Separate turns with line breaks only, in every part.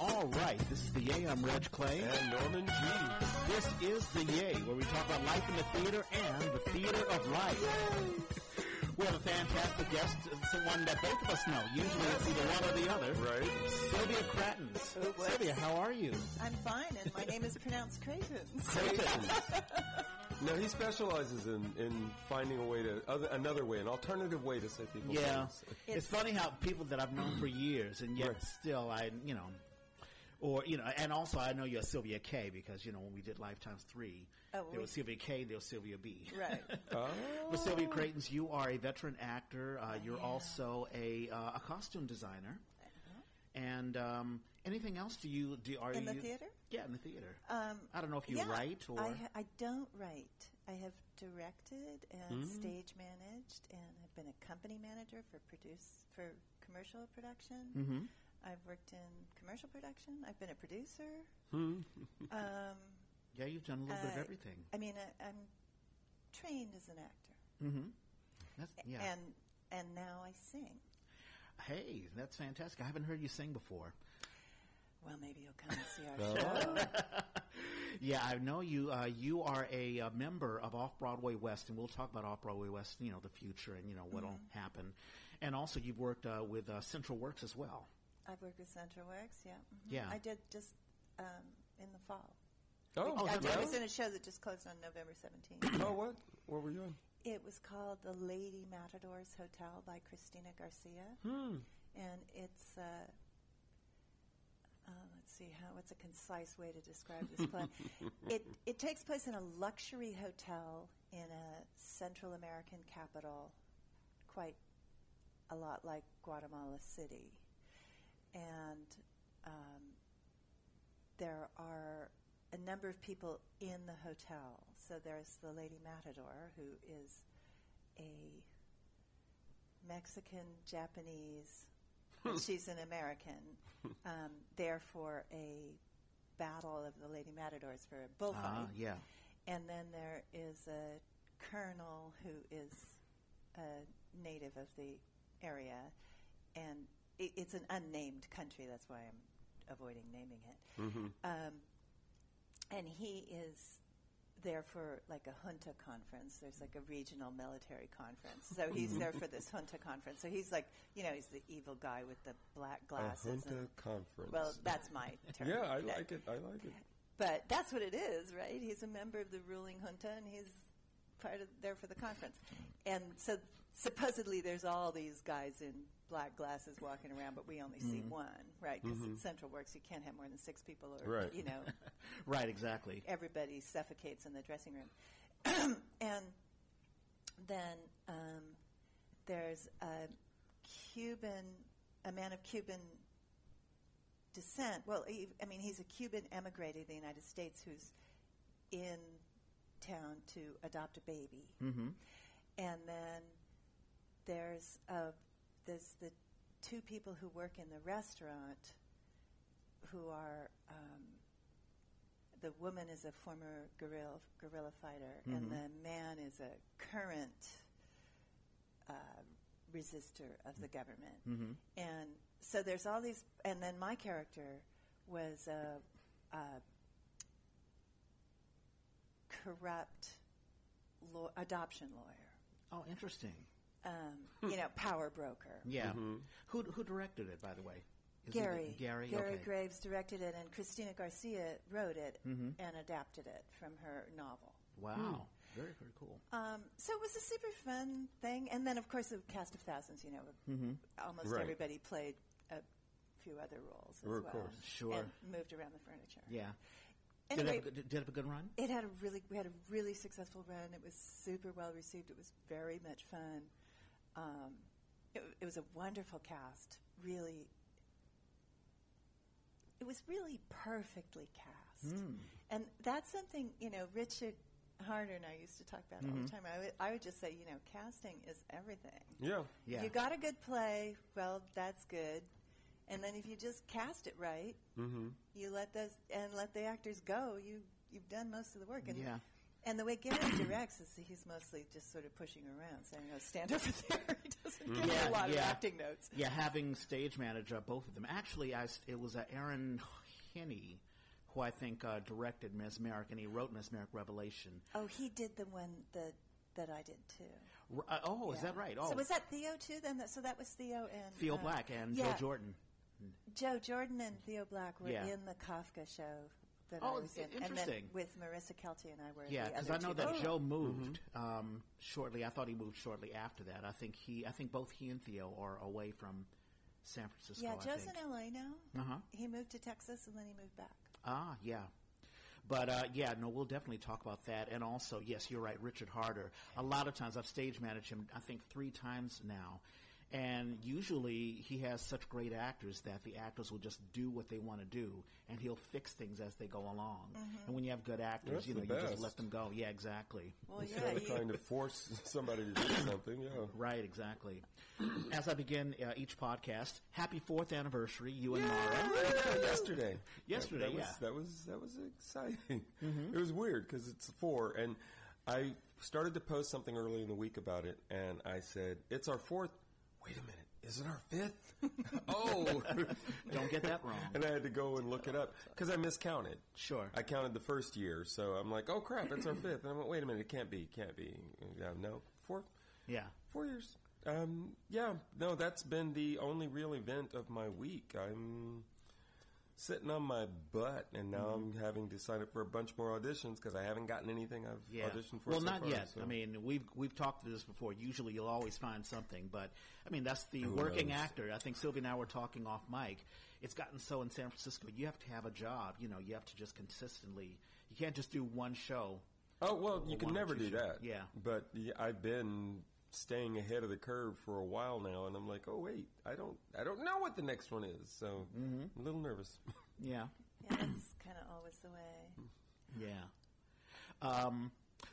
All right, this is the Yay. I'm Reg Clay.
And Norman G.
This is the Yay, where we talk about life in the theater and the theater of life. We have a fantastic guest, someone that both of us know. Usually it's either one or the other.
Right?
Sylvia Crattons. Sylvia, how are you?
I'm fine, and my name is pronounced Cratons.
No, he specializes in, in finding a way to, other, another way, an alternative way to say people.
Yeah.
things.
It's, funny how people that I've known for years and yet
Right.
still I, you know, or, you know, and also I know you're Sylvia K because, you know, when we did Lifetimes 3,
Oh,
there
we-
was Sylvia K, there was Sylvia B.
Right.
Oh.
But Sylvia Creighton's, you are a veteran actor.
Oh,
Uh, you're also a, uh, a costume designer. And um, anything else? Do you do? Are
Uh-huh. In the
you-
theater?
Yeah, in the theater.
Um,
I don't know if you
yeah,
write or
I, ha- I don't write. I have directed
Hmm.
and stage managed, and I've been a company manager for produce for commercial production.
Mm-hmm.
I've worked in commercial production. I've been a producer. um,
yeah, you've done a little bit of
uh,
everything.
I mean, I, I'm trained as an actor,
That's, yeah.
and and now I sing.
hey, that's fantastic. I haven't heard you sing before.
Well, maybe you'll come and see our show.
Yeah, I know you. Uh, you are a, uh member of Off Broadway West, and we'll talk about Off Broadway West. You know the future and you know what'll
Mm-hmm.
happen. And also, you've worked uh, with uh, Central Works as well.
I've worked with Central Works, yeah. mhm.
Yeah.
I did just um, in the fall.
Oh,
I did- I was
hello?
in a show that just closed on November 17th.
oh, what? What were you on?
it was called The Lady Matadors Hotel by Christina Garcia. And it's, uh, uh, let's see, how, what's a concise way to describe this play? it, it takes place in a luxury hotel in a Central American capital, quite a lot like Guatemala City. And um, there are a number of people in the hotel. So there's the Lady Matador, who is a Mexican Japanese. but she's an American. Um, there for a battle of the Lady Matadors for a bullfight.
Ah, yeah.
And then there is a colonel who is a native of the area, and i it's an unnamed country. That's why I'm avoiding naming it.
Mm-hmm.
Um, and he is there for like a junta conference. There's like a regional military conference, so
Mm-hmm.
he's there for this junta conference. So he's like, you know, he's the evil guy with the black
A
glasses.
junta
and-
conference.
well, that's my term.
yeah, I
That-
like it. I like it.
but that's what it is, right? He's a member of the ruling junta, and he's part of there for the conference. And so supposedly there's all these guys in black glasses walking around, but we only see one, right? Because it's Central Works, you can't have more than six people, or
Right.
you know,
Right, exactly.
everybody suffocates in the dressing room. and then um, there's a Cuban, a man of Cuban descent. Well, he, I mean, he's a Cuban emigrated to the United States who's in town to adopt a baby. And then there's a, there's the two people who work in the restaurant who are um, the woman is a former guerrilla guerrilla fighter,
Mm-hmm.
and the man is a current uh, resistor of the government.
Mm-hmm.
And so there's all these, and then my character was a, a corrupt law, adoption lawyer,
Oh, interesting. Hmm.
um, you know, power broker.
Yeah. Who who directed it, by the way? Is it-
Gary.
Gary. okay.
Graves directed it, and Christina Garcia wrote it
Mm-hmm.
and adapted it from her novel.
Wow.
Hmm.
Very very cool.
Um, so it was a super fun thing, and then of course the cast of thousands. You know, almost
Mm-hmm. Right.
everybody played a few other roles as
Of
well.
course.
Sure.
and moved around the furniture.
Yeah.
Anyway-
did, it have a, good- did it have a good run?
It had a really we had a really successful run. It was super well received. It was very much fun. Um, it, it was a wonderful cast. Really, it was really perfectly cast. And that's something you know Richard Harder and I used to talk about all the time. I would I would just say you know casting is everything.
Yeah.
Yeah.
You got a good play, well, that's good. And then if you just cast it right,
Mm-hmm.
you let those and let the actors go. You you've done most of the work. And
Yeah.
And the way Gary directs is that he's mostly just sort of pushing around, saying, "Oh, stand over there." he doesn't give you
Mm-hmm. Yeah,
a lot
yeah.
of acting notes.
Yeah, having stage manager both of them. Actually, I s it was uh, Aaron Kinney, who I think uh, directed Mesmeric, and he wrote Mesmeric Revelation.
Oh, he did the one that that I did too.
R- uh, oh, is
Yeah.
that right? Oh,
So was that Theo too? Then that, so that was Theo and
Theo
uh,
Black and
yeah.
Joe Jordan.
Joe Jordan and Theo Black were
Yeah.
in the Kafka show that
Oh,
I was in,
it's
and then
interesting.
with Marissa Kelty and I were.
Yeah,
because
because I know that
Oh,
Joe moved um, shortly. I thought he moved shortly after that. I think he, I think both he and Theo are away from San Francisco.
Yeah,
I
Joe's
think.
in LA now.
Uh-huh.
He moved to Texas and then he moved back.
Ah, yeah. But uh, yeah, no, we'll definitely talk about that. And also, yes, you're right, Richard Harder. A lot of times I've stage managed him, I think, three times now. And usually he has such great actors that the actors will just do what they want to do and he'll fix things as they go along.
Mm-hmm.
And when you have good actors,
That's
you know,
the
you just
best.
let them go. Yeah, exactly.
Well,
Instead of
yeah,
trying to force somebody to do something, yeah.
Right, exactly. As I begin uh, each podcast, happy fourth anniversary, you and Mara.
Yeah, yesterday.
Yesterday, yeah. Mm-hmm.
that, that was, that was that was exciting. It was weird because it's four, and I started to post something early in the week about it, and I said it's our fourth. Wait a minute, is it our fifth? oh,
Don't get that wrong.
and I had to go and look it up because I miscounted.
Sure.
I counted the first year, so I'm like, oh crap, it's our fifth, and I went, wait a minute, it can't be, can't be, yeah, no, fourth,
Yeah.
four years. Um, yeah, no, that's been the only real event of my week. I'm sitting on my butt, and now I'm
Mm-hmm.
having to sign up for a bunch more auditions because I haven't gotten anything I've
Yeah.
auditioned for.
Well,
so
not
far,
yet.
so-
I mean, we've we've talked to this before. Usually, you'll always find something, but I mean, that's the working
knows?
actor. I think Sylvia and I were talking off mic. It's gotten so in San Francisco, you have to have a job. You know, you have to just consistently. You can't just do one show.
oh well, you can
one or
never
two
do
shows.
that.
Yeah.
but yeah, I've been staying ahead of the curve for a while now, and I'm like, oh wait, I don't, I don't know what the next one is, so
Mm-hmm.
I'm a little nervous.
Yeah.
yeah, that's kind of always the way.
Yeah. Um,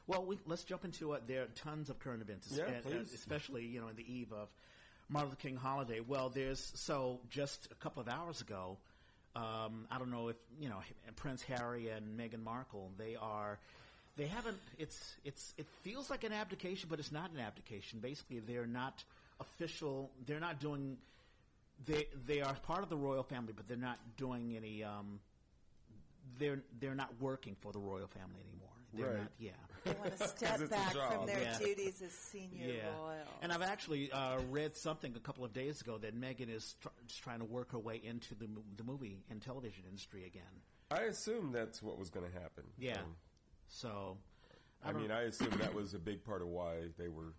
well, we, let's jump into it. There are tons of current events, es-
Yeah,
and- and
please.
especially you know in the eve of Martin Luther King holiday. Well, there's so just a couple of hours ago. Um, I don't know if you know H- Prince Harry and Meghan Markle. They are. They haven't. It's. It's. It feels like an abdication, but it's not an abdication. Basically, they're not official. They're not doing. They they are part of the royal family, but they're not doing any. Um, they're they're not working for the royal family anymore. They're
Right.
not. Yeah.
They want to
'Cause
step
it's a
back
job.
from their
Yeah.
duties as senior
Yeah.
royal.
And I've actually uh, read something a couple of days ago that Megan is tr- is trying to work her way into the mo- the movie and television industry again.
I assume that's what was going to happen.
Yeah.
Um,
So.
I,
don't-
mean, I assume that was a big part of why they were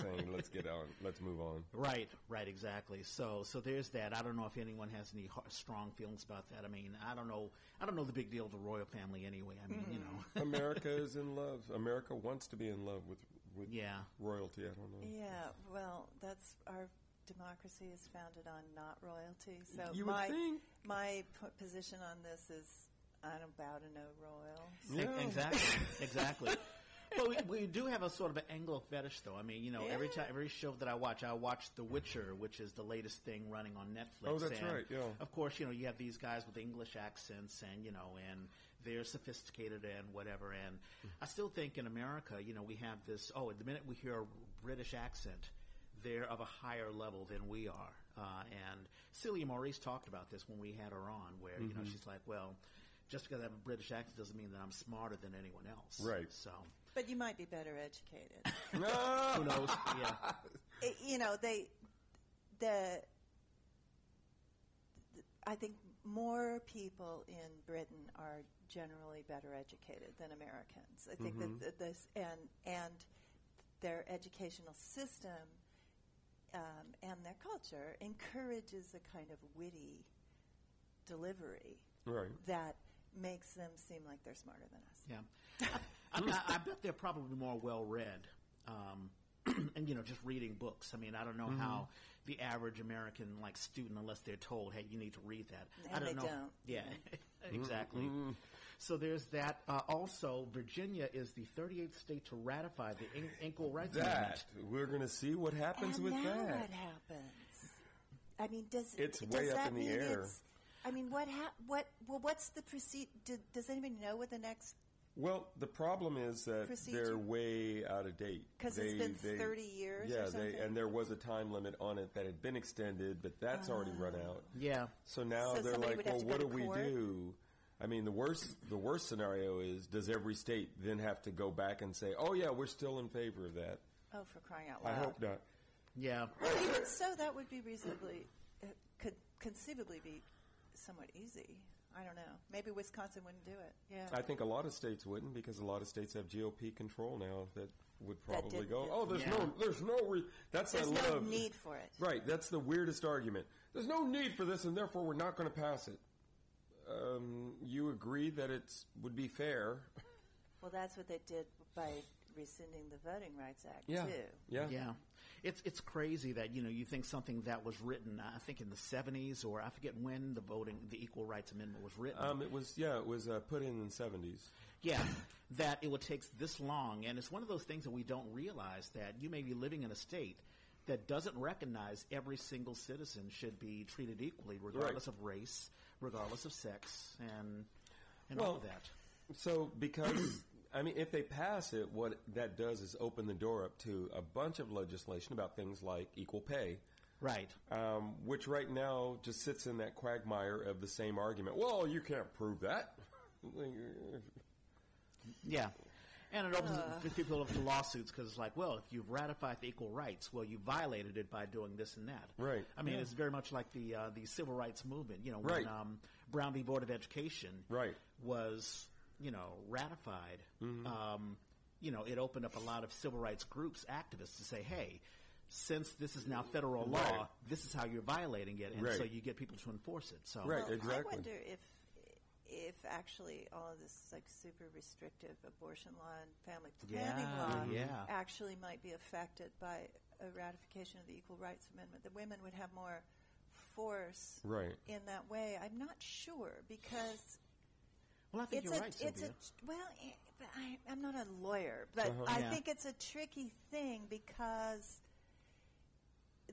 saying, "Let's get on, let's move on."
Right, right, exactly. So, so there's that. I don't know if anyone has any har strong feelings about that. I mean, I don't know. I don't know the big deal of the royal family anyway. I mean, you know,
America is in love. America wants to be in love with with
Yeah.
royalty. I don't know.
Yeah, well, that's our democracy is founded on not royalty. So
You would
my
think.
my p- position on this is I'm about to know royal.
E-
Yeah.
exactly, exactly. But we, we do have a sort of an Anglo fetish, though. I mean, you know, every
Yeah.
time every show that I watch, I watch The Witcher, which is the latest thing running on Netflix.
Oh, that's
and
right, yeah.
Of course, you know, you have these guys with English accents, and you know, and they're sophisticated and whatever. And I still think in America, you know, we have this. Oh, the minute we hear a British accent, they're of a higher level than we are. Uh, and Celia Maurice talked about this when we had her on, where you know she's like, well. Just because I have a British accent doesn't mean that I'm smarter than anyone else.
Right.
So
But you might be better educated.
who
No.
knows? yeah.
I- you know, they the I think more people in Britain are generally better educated than Americans. I think that, that this and and their educational system um, and their culture encourages a kind of witty delivery
Right.
that makes them seem like they're smarter than us.
Yeah, I, I, mean, I, I bet they're probably more well read, um, and you know, just reading books. I mean, I don't know how the average American like student, unless they're told, "Hey, you need to read that." I don't
And they
know.
don't. Mm-hmm.
Yeah, exactly. So there's that. Uh, also, Virginia is the 38th state to ratify the in- Equal Rights Amendment.
That we're going to see what happens
and
with
now
that.
what happens? I mean, does
It's
does
way up
that
in the
mean
air.
it's- I mean, what hap- What well, what's the proceed? Did, does anybody know what the next
Well, the problem is that
Procedure.
they're way out of date.
'Cause it's
They-
been
they-
30 years or
Yeah,
something?
They, and there was a time limit on it that had been extended, but that's
Oh.
already run out.
Yeah.
So now
So
they're like,
somebody would have
well,
to go
what
to
do we
court?
do? I mean, the worst the worst scenario is does every state then have to go back and say, oh yeah, we're still in favor of that?
Oh, for crying out
I
loud!
hope not.
Yeah.
But even so, that would be reasonably, uh, could conceivably be somewhat easy. I don't know. Maybe Wisconsin wouldn't do it. Yeah.
I think a lot of states wouldn't because a lot of states have GOP control now that would
That
probably
didn't
go,
do-
oh, there's no, there's no, re- that's
There's
I
no
love.
need for it.
Right, that's the weirdest argument. There's no need for this, and therefore we're not going to pass it. Um, you agree that it would be fair.
Well, that's what they did by rescinding the Voting Rights Act too.
yeah,
Yeah. It's it's crazy that you know you think something that was written I think in the 70s or I forget when the voting the equal rights amendment was written.
Um, it was yeah, it was uh, put in in the seventies.
yeah, that it would take this long and it's one of those things that we don't realize that you may be living in a state that doesn't recognize every single citizen should be treated equally regardless of race, regardless of sex and and all of
Well,
that.
So because I mean, if they pass it, what that does is open the door up to a bunch of legislation about things like equal pay.
Right.
Um, which right now just sits in that quagmire of the same argument. Well, you can't prove that.
Yeah. And it opens
Uh.
it people up to lawsuits because it's like, well, if you've ratified the equal rights, well, you violated it by doing this and that.
Right.
I mean,
Yeah.
it's very much like the uh, the civil rights movement. You know, when
Right.
um, Brown v. Board of Education
Right.
was you know ratified,
Mm-hmm.
um, you know, it opened up a lot of civil rights groups activists to say, hey. Since this is now federal law,
Right.
this is how you're violating it, and
Right.
so you get people to enforce it. So,
Right.
Well,
exactly.
I wonder if if actually all of this like super restrictive abortion law and family planning
Yeah,
law
yeah.
actually might be affected by a ratification of the Equal Rights Amendment, that women would have more force
Right.
in that way. I'm not sure because
well, I think
it's
you're
a
right,
it's
Cynthia.
a well, eh, but I, I'm not a lawyer, but I
Uh-huh. Yeah.
think it's a tricky thing because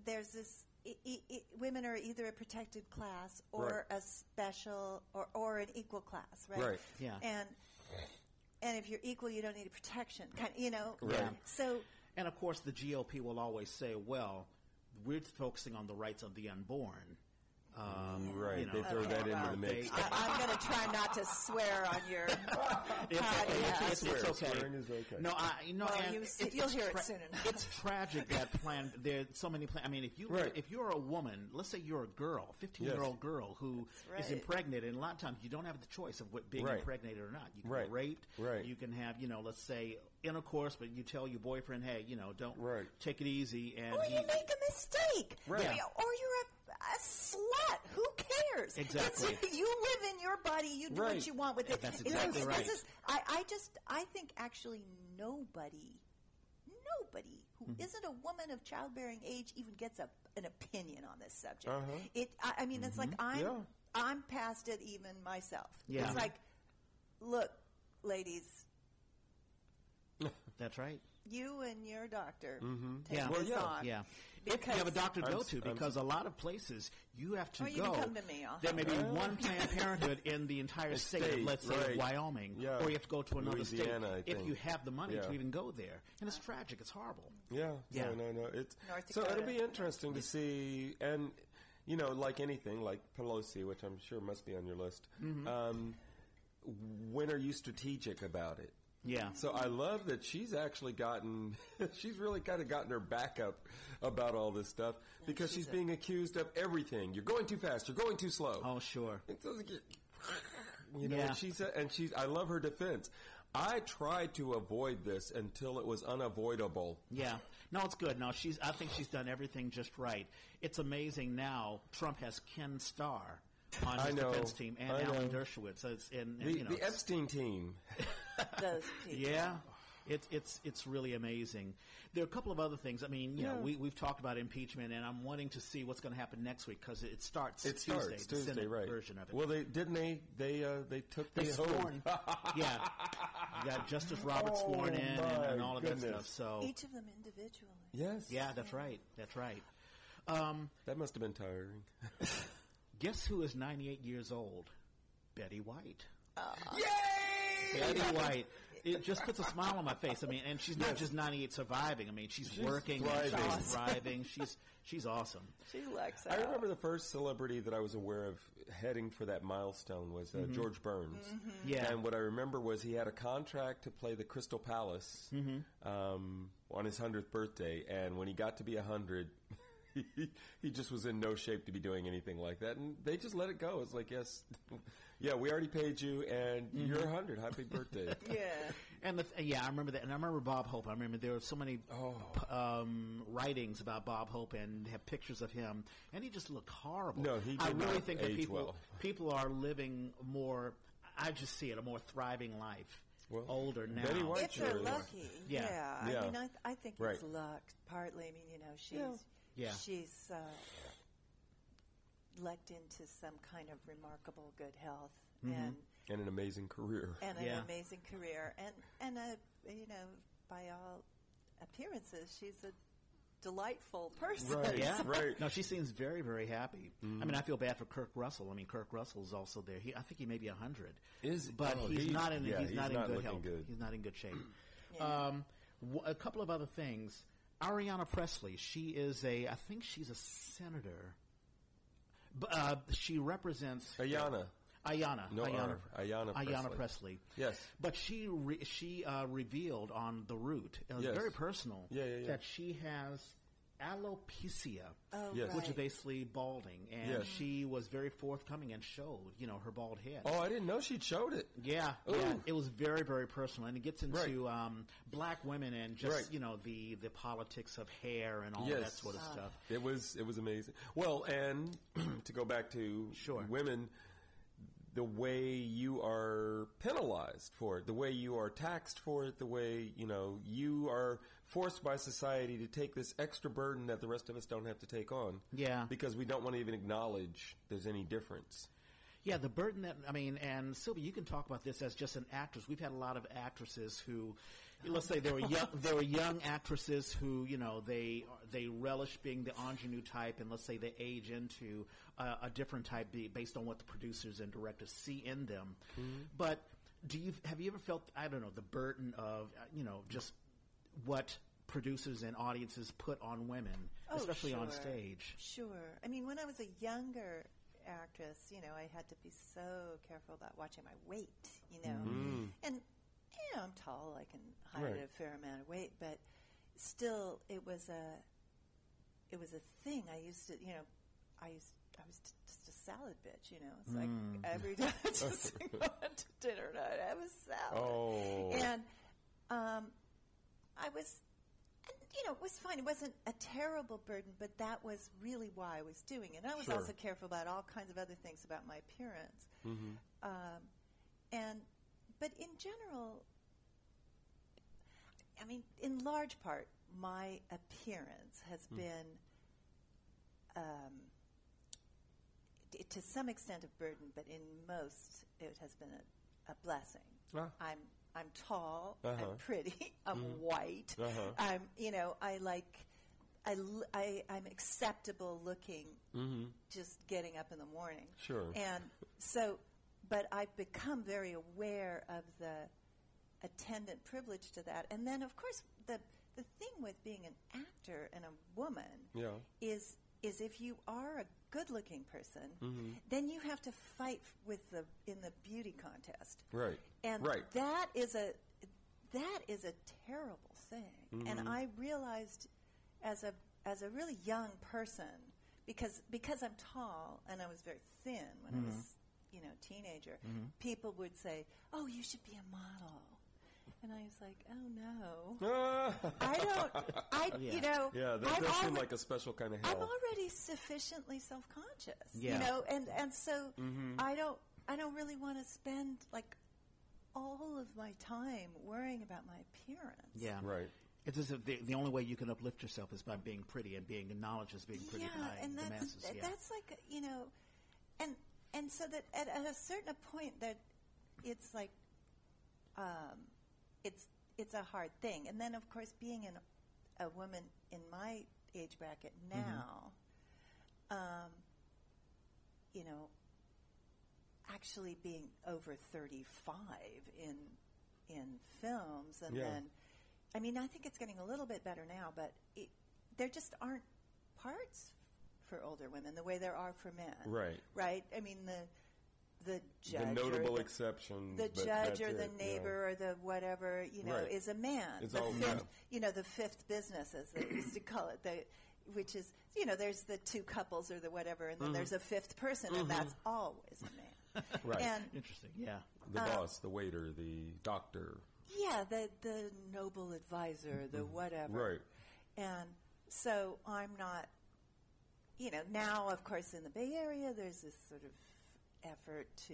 there's this. i i i women are either a protected class or
Right.
a special or, or an equal class, right?
Right.
Yeah.
And and if you're equal, you don't need a protection, kind you know.
Right.
So
And of course, the GOP will always say, "Well, we're focusing on the rights of the unborn." Um,
Right,
you know,
they throw
Okay,
that into
well,
the mix.
they-
I, I'm going to try not to swear on your podcast.
it's, it's, it's okay.
Swearing is okay.
No, I no.
Well,
and
you see-
it's-
you'll
it's
hear it soon enough.
It's tragic that plan. There, are so many plan. I mean, if you
Right.
if you're a woman, let's say you're a girl, fifteen year old girl who is
That's right.
impregnated, and a lot of times you don't have the choice of what being
Right.
impregnated or not. You can
Right.
be raped.
Right.
You can have you know, let's say intercourse, but you tell your boyfriend, hey, you know, don't
Right.
take it easy, and
Or
he-
Oh, you make a mistake.
Right.
Or you- Or you're a, a slut. Who cares?
Exactly.
It's- you live in your body. You do
Right.
what you want with it.
That's
It's
exactly
like,
right.
This is, I, I just, I think actually nobody, nobody who
Mm-hmm.
not a woman of childbearing age even gets a, an opinion on this subject.
Uh-huh.
It, I, I mean, it's like I'm,
Yeah.
I'm past it even myself.
Mm-hmm. Yeah.
It's like, look, ladies,
That's right.
you and your doctor take
Mm-hmm. Yeah. Well,
this
yeah,
on.
Yeah. If you
Uh, Because-
have a doctor to
I'm
go
s-
to,
I'm
because a lot of places you have to
Or Oh, you
go.
can come to me, I'll
there may be
help you.
one Planned Parenthood in the entire state, of,
Uh-huh. state,
let's say
right.
Wyoming,
Yeah.
or you have to go to another
Louisiana, I
state if
think.
you have the money
Yeah.
to even go there. And it's tragic. It's horrible.
Yeah,
Yeah.
No, no, no. It's
North
so it'll
Dakota.
be interesting to see, and you know, like anything, like Pelosi, which I'm sure must be on your list. Um, when are you strategic about it?
Yeah.
So I love that she's actually gotten, she's really kind of gotten her back up about all this stuff because she's,
she's a-
being accused of everything. You're going too fast. You're going too slow.
Oh, sure.
It doesn't get- You know,
Yeah.
and she's and she's. I love her defense. I tried to avoid this until it was unavoidable.
Yeah. No, it's good. No, she's. I think she's done everything just right. It's amazing now. Trump has Ken Starr on
I
his
know.
defense team and
I
Alan
know.
Dershowitz. So it's, and, and,
The,
you know,
the
it's-
Epstein team.
Those people.
Yeah. It's it's it's really amazing. There are a couple of other things. I mean, you know,
Yeah.
we we've talked about impeachment, and I'm wanting to see what's going to happen next week because it, it starts
It
Tuesday,
starts
the
Tuesday,
Senate
right?
version of it.
Well, they didn't they they uh, they took the
They
oath.
sworn, yeah. You got Justice Roberts sworn in
Oh,
and,
my
and all of that
goodness.
stuff. So
Each of them individually.
Yes.
yeah, that's right. That's right.
That must have been tiring.
Guess who is 98 years old? Betty White.
Yay!
Betty White. It just puts a smile on my face. I mean, and she's not just 98 surviving. I mean, she's, working, and
thriving.
she's thriving. She's she's awesome.
She looks.
I
out.
remember the first celebrity that I was aware of heading for that milestone was uh, George Burns.
Yeah.
And what I remember was he had a contract to play the Crystal Palace um, on his 100th birthday. And when he got to be 100, he, he just was in no shape to be doing anything like that. And they just let it go. It's like, yes, yeah, we already paid you, and you're 100. Happy birthday.
Yeah.
And the th- yeah, I remember that. And I remember Bob Hope. I remember there were so many
Oh.
p- um, writings about Bob Hope and have pictures of him, and he just looked horrible.
No, he
I
did
really
not
think that
age
people
well.
people are living more. I just see it a more thriving life.
Well,
older now.
Betty White-
If they're
Sure.
lucky,
Yeah.
yeah.
Yeah.
I mean, I, th- I think
Right.
it's luck partly. I mean, you know, she's
Yeah.
she's uh, lucked into some kind of remarkable good health and
and an amazing career.
and
Yeah.
an amazing career and and a you know by all appearances she's a delightful person.
Right,
Yeah,
right. Mm-hmm.
No, she seems very, very happy. I mean, I feel bad for Kirk Russell. I mean, Kirk Russell's also there. He, I think he may be hundred.
Is-
but
oh,
he's
he-
not in.
yeah,
he's,
he's
not,
not
in good
looking
health.
good.
He's not in good shape.
Yeah.
Um, w- a couple of other things. Ariana Presley. She is a. I think she's a senator. B- uh, she represents
Ayana.
Ayana.
No
Ayana.
R. Ayanna
Ayana
Presley.
Presley.
Yes.
But she re- she uh, revealed on the route. It was
Yes.
very personal.
Yeah, yeah, yeah.
That she has alopecia
Oh,
Yes.
which is
right.
basically balding, and
Yes.
she was very forthcoming and showed, you know, her bald head.
Oh, I didn't know she'd showed it.
Yeah, yeah,
Ooh.
it was very, very personal, and it gets into um, black women and just
Right.
you know the the politics of hair and all that
Yes.
sort of
Ah.
stuff.
It was it was amazing. Well, and to go back to
Sure.
women, the way you are penalized for it, the way you are taxed for it, the way you know you are forced by society to take this extra burden that the rest of us don't have to take on.
Yeah.
because we don't want to even acknowledge there's any difference.
Yeah, the burden that I mean, and Sylvia, you can talk about this as just an actress. We've had a lot of actresses who, let's say, they
Oh.
were young. They were young actresses who, you know, they they relish being the ingenue type, and let's say they age into uh, a different type be- based on what the producers and directors see in them.
Mm-hmm.
But do you have you ever felt I don't know the burden of uh, you know just what producers and audiences put on women,
Oh,
especially on
sure.
stage?
Sure. I mean, when I was a younger actress, you know, I had to be so careful about watching my weight, you know.
Mm-hmm.
And, you know, I'm tall, I can hide
Right.
a fair amount of weight, but still, it was a, it was a thing. I used to, you know, I used, I was t- just a salad bitch, you know. It's
Mm.
like every day I just went to dinner and I'd have a salad.
Oh,
And um, I was, and, you know, it was fine. It wasn't a terrible burden, but that was really why I was doing it. And I was
Sure.
also careful about all kinds of other things about my appearance.
Mm-hmm.
Um, and, but in general, I mean, in large part, my appearance has
Hmm.
been, um, t- to some extent, a burden, but in most, it has been a, a blessing.
Ah.
I'm I'm tall.
Uh-huh.
I'm pretty. I'm white.
Uh-huh.
I'm you know I like. I, l- I, am acceptable looking just getting up in the morning.
Mm-hmm. Sure.
And so, but I've become very aware of the attendant privilege to that. And then, of course, the the thing with being an actor and a woman
Yeah.
is is if you are a good-looking person, then you have to fight f- with the in the beauty contest,
Right.
And
Right.
that is a that is a terrible thing.
Mm-hmm.
And I realized as a as a really young person because because I'm tall and I was very thin when I was
Mm-hmm.
you know teenager, people would say, "Oh, you should be a model," and I was like, "Oh no."
Ah.
I don't. I you know.
yeah, that
I've
does seem
alre-
like a special kind of
I'm
hell.
already sufficiently self-conscious,
Yeah.
you know, and and so I don't I don't really want to spend like all of my time worrying about my appearance.
Yeah,
Right.
It's as if the, the only way you can uplift yourself is by being pretty and being acknowledged as being pretty
yeah,
by
and
the
that's
masses.
that-
yeah.
that's like you know, and and so that at, at a certain point that it's like, um, it's it's a hard thing, and then of course being an, a woman in my age bracket
Mm-hmm.
now, um, you know, actually being over thirty five in in films, and
Yeah.
then I mean, I think it's getting a little bit better now, but it, there just aren't parts for older women the way there are for men.
Right.
Right. I mean the the judge.
the notable
or the,
exception.
the
but
judge
that's
or the
it, yeah.
neighbor or the whatever you know
Right.
is a man.
It's
the
all
fifth,
men.
You know the fifth business, as they used to call it, the, which is you know there's the two couples or the whatever, and then
Mm-hmm.
there's a fifth person, and that's always a man.
Right.
And uh,
Interesting. Yeah.
the boss, the waiter, the doctor.
yeah, the the noble advisor, the whatever.
Mm-hmm. Right.
And so I'm not, you know, now, of course, in the Bay Area, there's this sort of effort to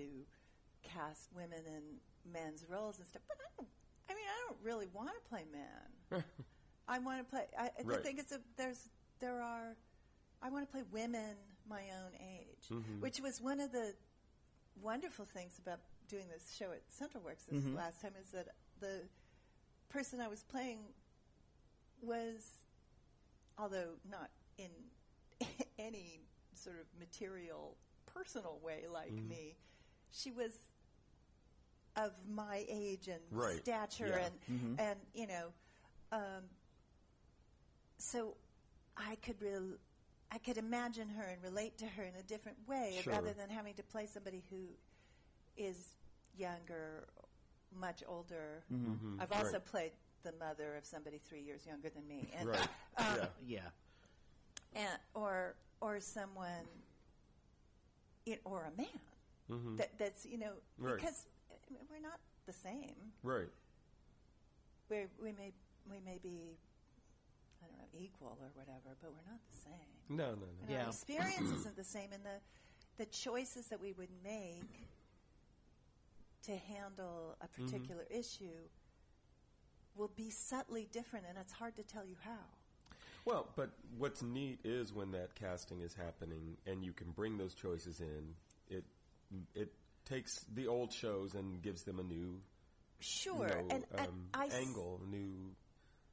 cast women in men's roles and stuff. But I, don't, I mean, I don't really want to play men. I want to play, I, I
Right.
think it's a, there's, there are, I want to play women my own age,
Mm-hmm.
which was one of the wonderful things about doing this show at Central Works this
Mm-hmm.
last time is that the person I was playing was, although not in any sort of material, personal way like
Mm-hmm.
me, she was of my age and
Right.
stature
Yeah. Mm-hmm.
and and you know, um, so I could rel I could imagine her and relate to her in a different way
Sure.
rather than having to play somebody who is younger, much older. I've also
Mm-hmm. Right.
played the mother of somebody three years younger than me, and,
Right.
Um,
yeah.
uh, Yeah.
and or or someone, it, or a man that, that's you know
Mm-hmm. Right.
because uh, we're not the same.
Right.
We we may we may be I don't know equal or whatever, but we're not the same.
No, no, no.
And our
Yeah.
experience isn't the same, and the the choices that we would make to handle a particular issue will be subtly different, and it's hard to tell you how.
Well, but what's neat is when that casting is happening and you can bring those choices in, it it takes the old shows and gives them a new you
Sure,
know,
and, and
um,
I s-
angle, new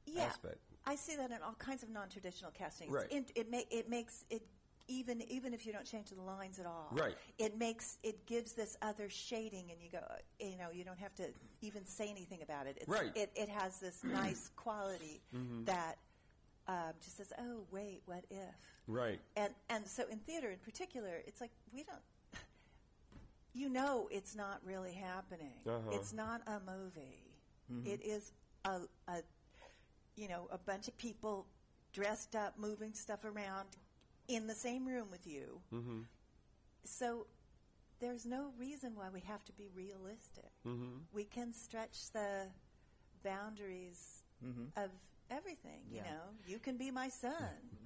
yeah,
aspect.
I see that in all kinds of non-traditional castings.
Right.
It, it, ma- it makes it even even if you don't change the lines at all.
Right.
It makes it gives this other shading, and you go, uh, you know, you don't have to even say anything about it. It's,
Right. Mm-hmm.
It it has this nice quality that um, just says, oh wait, what if?
Right.
And and so in theater in particular, it's like we don't. You know, it's not really happening.
Uh-huh.
It's not a movie. It is a, a, you know, a bunch of people dressed up, moving stuff around in the same room with you. Mm-hmm. So there's no reason why we have to be realistic. We can stretch the boundaries of everything. You
Yeah.
know, you can be my son.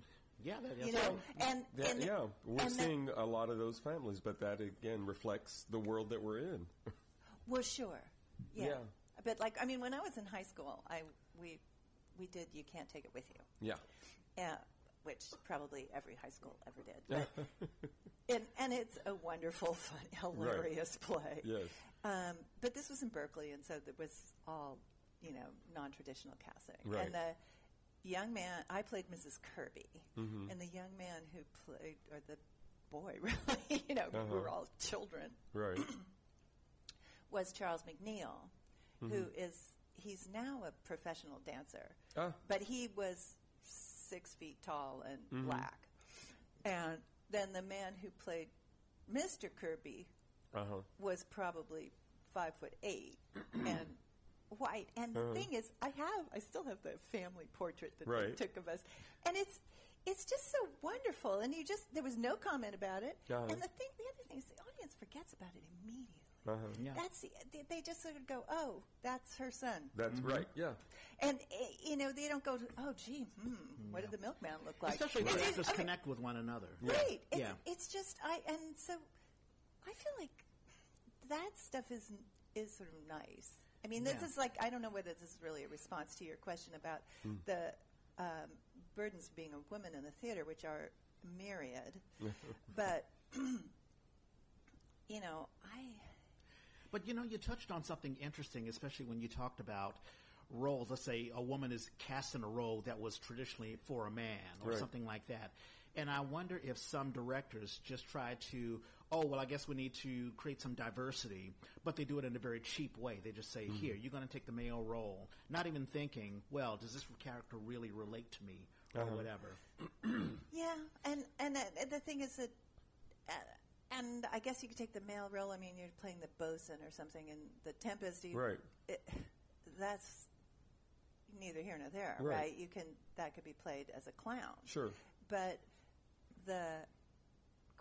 Yeah. That,
you
that's
know,
right.
and,
That-
and
yeah, we're
and that-
seeing a lot of those families, but that again reflects the world that we're in.
Well, sure. Yeah.
Yeah.
But like, I mean, when I was in high school, I we we did "You Can't Take It With You,"
yeah.
uh, which probably every high school ever did. But, and and it's a wonderful, fun, hilarious play.
Yes.
Um, but this was in Berkeley, and so it was all you know non-traditional casting.
Right.
And the young man, I played Mrs. Kirby,
Mm-hmm.
and the young man who played, or the boy, really, you know, we
Uh-huh.
were all children
Right.
was Charles McNeil, who is he's now a professional dancer,
Mm-hmm. Ah.
but he was six feet tall and
Mm-hmm.
black. And then the man who played Mr. Kirby
Uh huh.
was probably five foot eight and white. And
Uh-huh.
the thing is, I have I still have the family portrait that they
Right.
took of us, and it's it's just so wonderful. And you just there was no comment about it.
Uh-huh.
And the thing, the other thing is, the audience forgets about it immediately.
Uh huh.
Yeah.
That's the, they, they just sort of go, oh, that's her son,
That's right. Yeah.
and eh, you know they don't go, to, oh, gee, hmm, what did the milkman look like?
Especially when
It's
they
just- I mean,
disconnect with one another.
Right. It's,
Yeah.
it's just I and so I feel like that stuff is is sort of nice. I mean, this
Yeah.
is like I don't know whether this is really a response to your question about
Hmm.
the um, burdens of being a woman in the theater, which are myriad. but you know, I
But you know, you touched on something interesting, especially when you talked about roles. Let's say a woman is cast in a role that was traditionally for a man or
Right.
something like that. And I wonder if some directors just try to, oh, well, I guess we need to create some diversity, but they do it in a very cheap way. They just say, here, you're going to take the male role, not even thinking, well, does this character really relate to me or whatever?
Yeah, and and uh, and the thing is that, uh, and I guess you could take the male role. I mean, you're playing the bosun or something in the Tempest. You,
Right.
It, that's neither here nor there,
Right.
right. You can that could be played as a clown.
Sure.
But the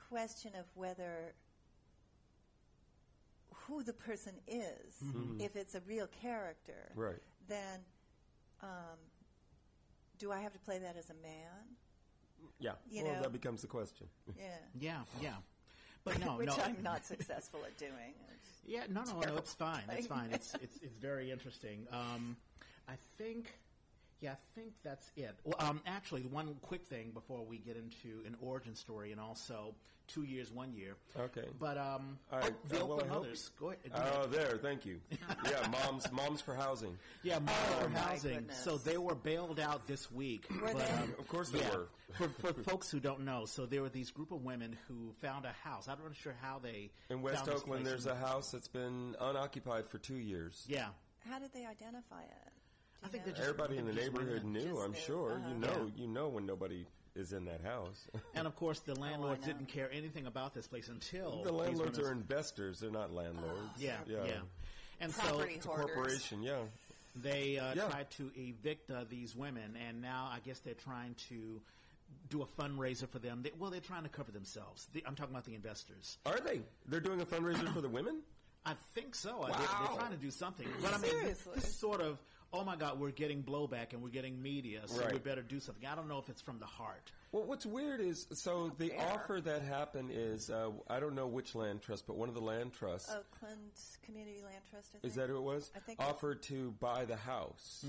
question of whether who the person is, if it's a real character,
Mm-hmm. Right.
then um, do I have to play that as a man?
Yeah.
You
well,
know.
that becomes the question.
Yeah.
Yeah, yeah. But no,
which
no.
I'm not successful at doing. It's-
Yeah, no, no, no. It's fine. It's fine. It's it's it's very interesting. Um, I think, yeah, I think that's it. Well, um, actually, one quick thing before we get into an origin story, and also two years, one year.
Okay.
But um,
All right.
oh, the
Uh, well,
open
I hope-
mothers. Go ahead.
Oh, there. Thank you. Yeah, moms, moms for housing.
yeah, mother
Oh my
housing.
goodness.
So they were bailed out this week.
Were
but,
they?
um,
Of course they
yeah.
were.
for, for folks who don't know, so there were these group of women who found a house. I'm not sure how they
In West
found this
Oakland,
place.
there's a house that's been unoccupied for two years.
yeah.
How did they identify it? Do
I
you
think
know?
they're just-
Everybody in the
Just women.
neighborhood knew.
Just
I'm
knew.
sure.
Uh-huh.
You know. You know when nobody is in that house.
And of course, the landlords
Oh, know.
didn't care anything about this place until
the
these
landlords
women-
are investors. They're not landlords.
yeah, yeah,
yeah.
And
Property
so
It's a corporation. Yeah.
they uh,
Yeah.
tried to evict uh, these women, and now I guess they're trying to do a fundraiser for them. They, well, they're trying to cover themselves. The, I'm talking about the investors.
Are they? They're doing a fundraiser for the women.
I think so. I- They're,
Wow.
they're trying to do something. But I mean, this,
Seriously.
this is sort of, oh my God, we're getting blowback and we're getting media, so we
Right.
better do something. I don't know if it's from the heart.
Well, what's weird is so the offer that happened is uh, I don't know which land trust, but one of the land trusts
Oakland Community Land Trust. I think.
is that who it was?
I think-
offered to buy the house,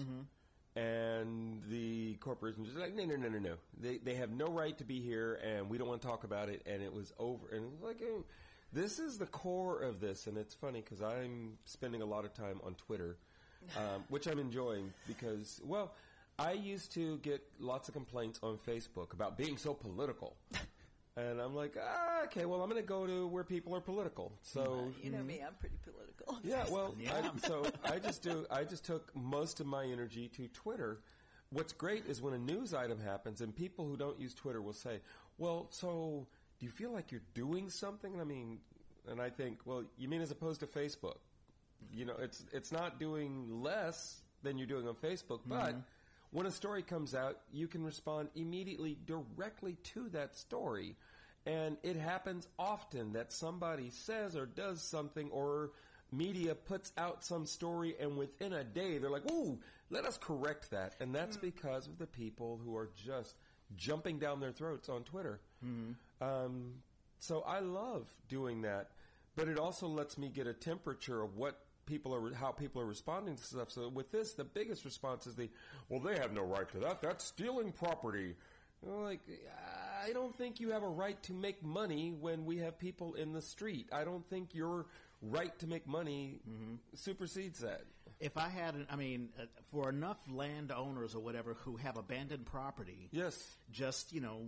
and the corporation was like, no, no, no, no, no. They they have no right to be here, and we don't want to talk about it. And it was over. And it was like. eh, This is the core of this, and it's funny because I'm spending a lot of time on Twitter, um, which I'm enjoying because, well, I used to get lots of complaints on Facebook about being so political. and I'm like, ah, okay, well, I'm going to go to where people are political. So
You know me, I'm pretty political.
yeah, well, I, so I just do. I just took most of my energy to Twitter. What's great is when a news item happens, and people who don't use Twitter will say, "Well, so do you feel like you're doing something?" And I mean, and I think, well, you mean as opposed to Facebook? You know, it's it's not doing less than you're doing on Facebook, but when a story comes out, you can respond immediately directly to that story. And it happens often that somebody says or does something or media puts out some story and within a day they're like, ooh, let us correct that. And that's because of the people who are just jumping down their throats on Twitter. Um, so I love doing that, but it also lets me get a temperature of what people are, how people are responding to stuff. So with this, the biggest response is the, well, they have no right to that. That's stealing property. And I'm Like, I don't think you have a right to make money when we have people in the street. I don't think your right to make money supersedes that.
If I had, an, I mean, uh, for enough landowners or whatever who have abandoned property,
Yes.
just you know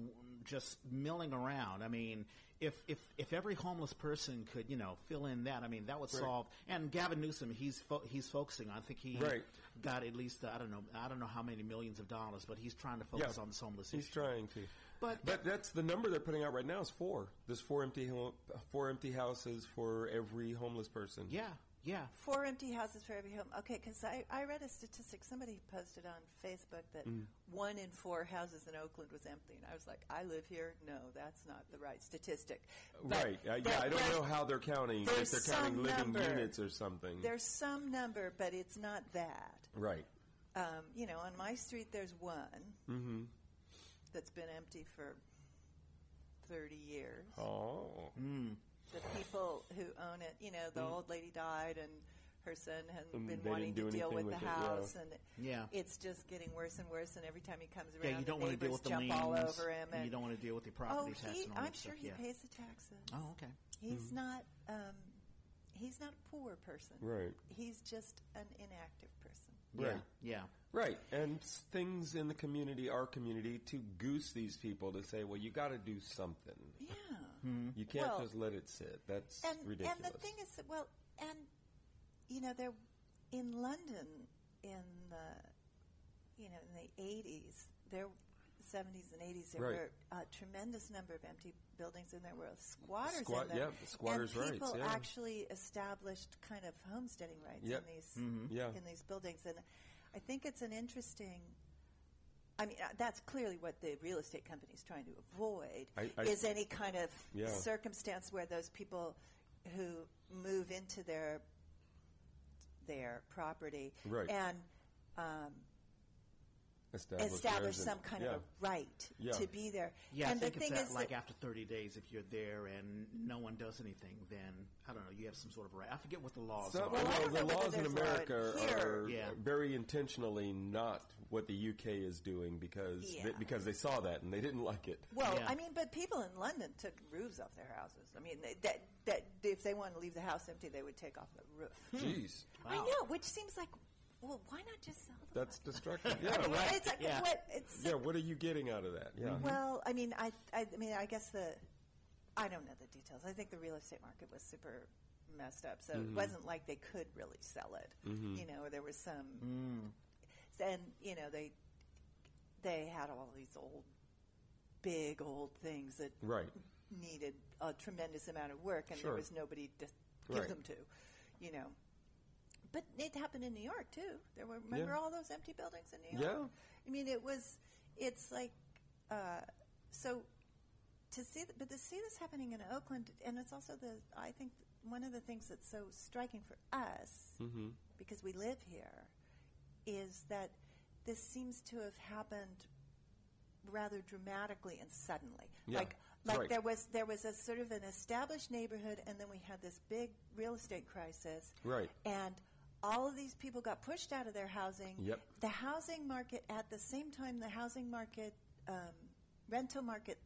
just milling around i mean if if if every homeless person could you know fill in that i mean that would solve and gavin newsom he's fo- he's focusing i think he
Right.
got at least i don't know i don't know how many millions of dollars but he's trying to focus
Yeah.
on this homeless
He's
issue
trying to.
But-
but that's the number they're putting out right now is four. There's four empty ho- four empty houses for every homeless person.
yeah yeah
Four empty houses for every home. Okay, because I, I read a statistic. Somebody posted on Facebook that
Mm.
one in four houses in Oakland was empty. And I was like, I live here. No, that's not the right statistic. But-
Right. Uh, yeah,
but
I don't
there's-
know how they're counting. If
there's
they're counting
some
living
number.
units or something.
There's some number, but it's not that.
Right.
um, you know, on my street there's one
Mm-hmm.
that's been empty for 30 years.
Oh.
The people who own it, you know, the
Mm.
old lady died and her son hadn't
And
been
they
wanting
didn't
to
do
deal with
anything
the
with it, yeah.
house, and
Yeah.
it's just getting worse and worse. And every time he comes
yeah
around,
you don't
the
want to
neighbors
deal with the
jump
liens
all over him.
and
And
you don't want to deal with the
oh,
property tax
he,
and all
I'm
that
sure
stuff
he
yeah.
pays the taxes.
oh okay
He's not. Um, he's not a poor person.
Right.
He's just an inactive person.
Right.
Yeah.
Right, and s- things in the community, our community, to goose these people to say, "Well, you got to do something.
Yeah.
You can't
Mm-hmm. Well-
just let it sit." That's
And
ridiculous.
and the thing is, that- well, and you know, there in London in the you know in the eighties, there seventies and eighties, there
Right.
were a tremendous number of empty buildings, and there were squatters.
Squat-
in them.
yeah, squatters'
and
rights,
people
yeah.
actually established kind of homesteading rights
Yep. Mm-hmm.
in these
Yeah.
in these buildings, and I think it's an interesting. I mean, uh, that's clearly what the real estate company is trying to avoid
I- I-
is any kind of
Yeah.
circumstance where those people who move into their their property
Right.
and
establish,
establish
theirs
some
and-
kind
yeah.
of a right
Yeah.
to be there.
Yeah,
and
I think
the
it's
thing
that,
is,
like
that,
after 30 days, if you're there and no one does anything, then I don't know, you have some sort of right. I forget what the laws
So,
are.
Well, I
well,
don't
the
know whether
laws in
there's a lot
America
here.
are
Yeah.
very intentionally not what the UK is doing because
Yeah.
they, because they saw that and they didn't like it.
well,
uh, Yeah.
I mean, but people in London took roofs off their houses. I mean, they, that that if they wanted to leave the house empty, they would take off the roof.
Jeez,
I
Wow.
know, which seems like, well, why not just sell them?
that's destructive.
I
Yeah,
mean,
right,
It's like
yeah.
what it's
yeah. What are you getting out of that? Yeah,
Well, I mean, I, I, I mean, I guess the, I don't know the details. I think the real estate market was super messed up, so it wasn't like they could really sell it. You know, or there was some, and you know they, they had all these old, big old things that
right.
needed a tremendous amount of work, and
Sure.
there was nobody to give
Right.
them to, you know. But it happened in New York too. There were remember
Yeah.
all those empty buildings in New York. I mean, it was. It's like uh, so to see, th- but to see this happening in Oakland, and it's also the. I think one of the things that's so striking for us
Hmm.
because we live here is that this seems to have happened rather dramatically and suddenly.
Yeah,
Like like
right.
there was there was a sort of an established neighborhood and then we had this big real estate crisis.
Right.
And all of these people got pushed out of their housing.
Yep.
The housing market at the same time the housing market um, rental market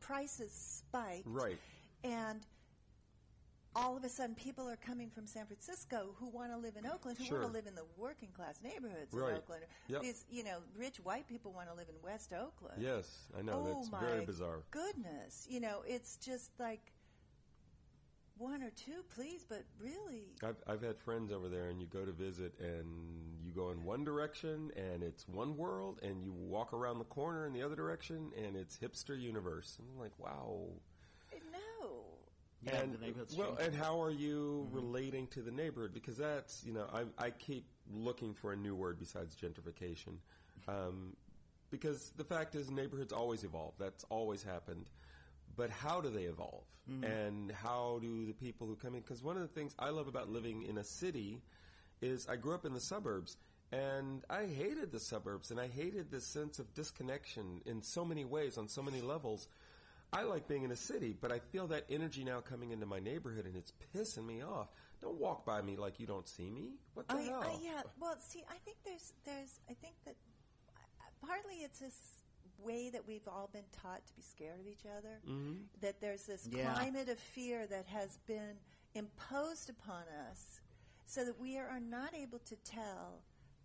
prices spiked.
Right.
And all of a sudden people are coming from San Francisco who want to live in Oakland, who
Sure.
want to live in the working class neighborhoods
Right.
of Oakland.
Yep.
These, you know, rich white people want to live in West Oakland.
Yes, I know.
oh
that's
my
very bizarre.
goodness! You know, it's just like one or two, please, but really,
I've, I've had friends over there, and you go to visit, and you go in one direction, and it's one world, and you walk around the corner in the other direction, and it's hipster universe. And I'm like, wow. Uh,
no.
Yeah,
and,
the neighborhood's Mm-hmm.
well,
changing.
and how are you relating to the neighborhood? Because that's you know, I, I keep looking for a new word besides gentrification, um, because the fact is neighborhoods always evolve. That's always happened. But how do they evolve? And how do the people who come in? Because one of the things I love about living in a city is I grew up in the suburbs. And I hated the suburbs, and I hated this sense of disconnection in so many ways, on so many levels. I like being in a city, but I feel that energy now coming into my neighborhood, and it's pissing me off. Don't walk by me like you don't see me. What the
I,
hell?
I, yeah. Well, see, I think there's, there's, I think that uh, partly it's this way that we've all been taught to be scared of each other.
Mm-hmm.
That there's this
Yeah.
climate of fear that has been imposed upon us, so that we are not able to tell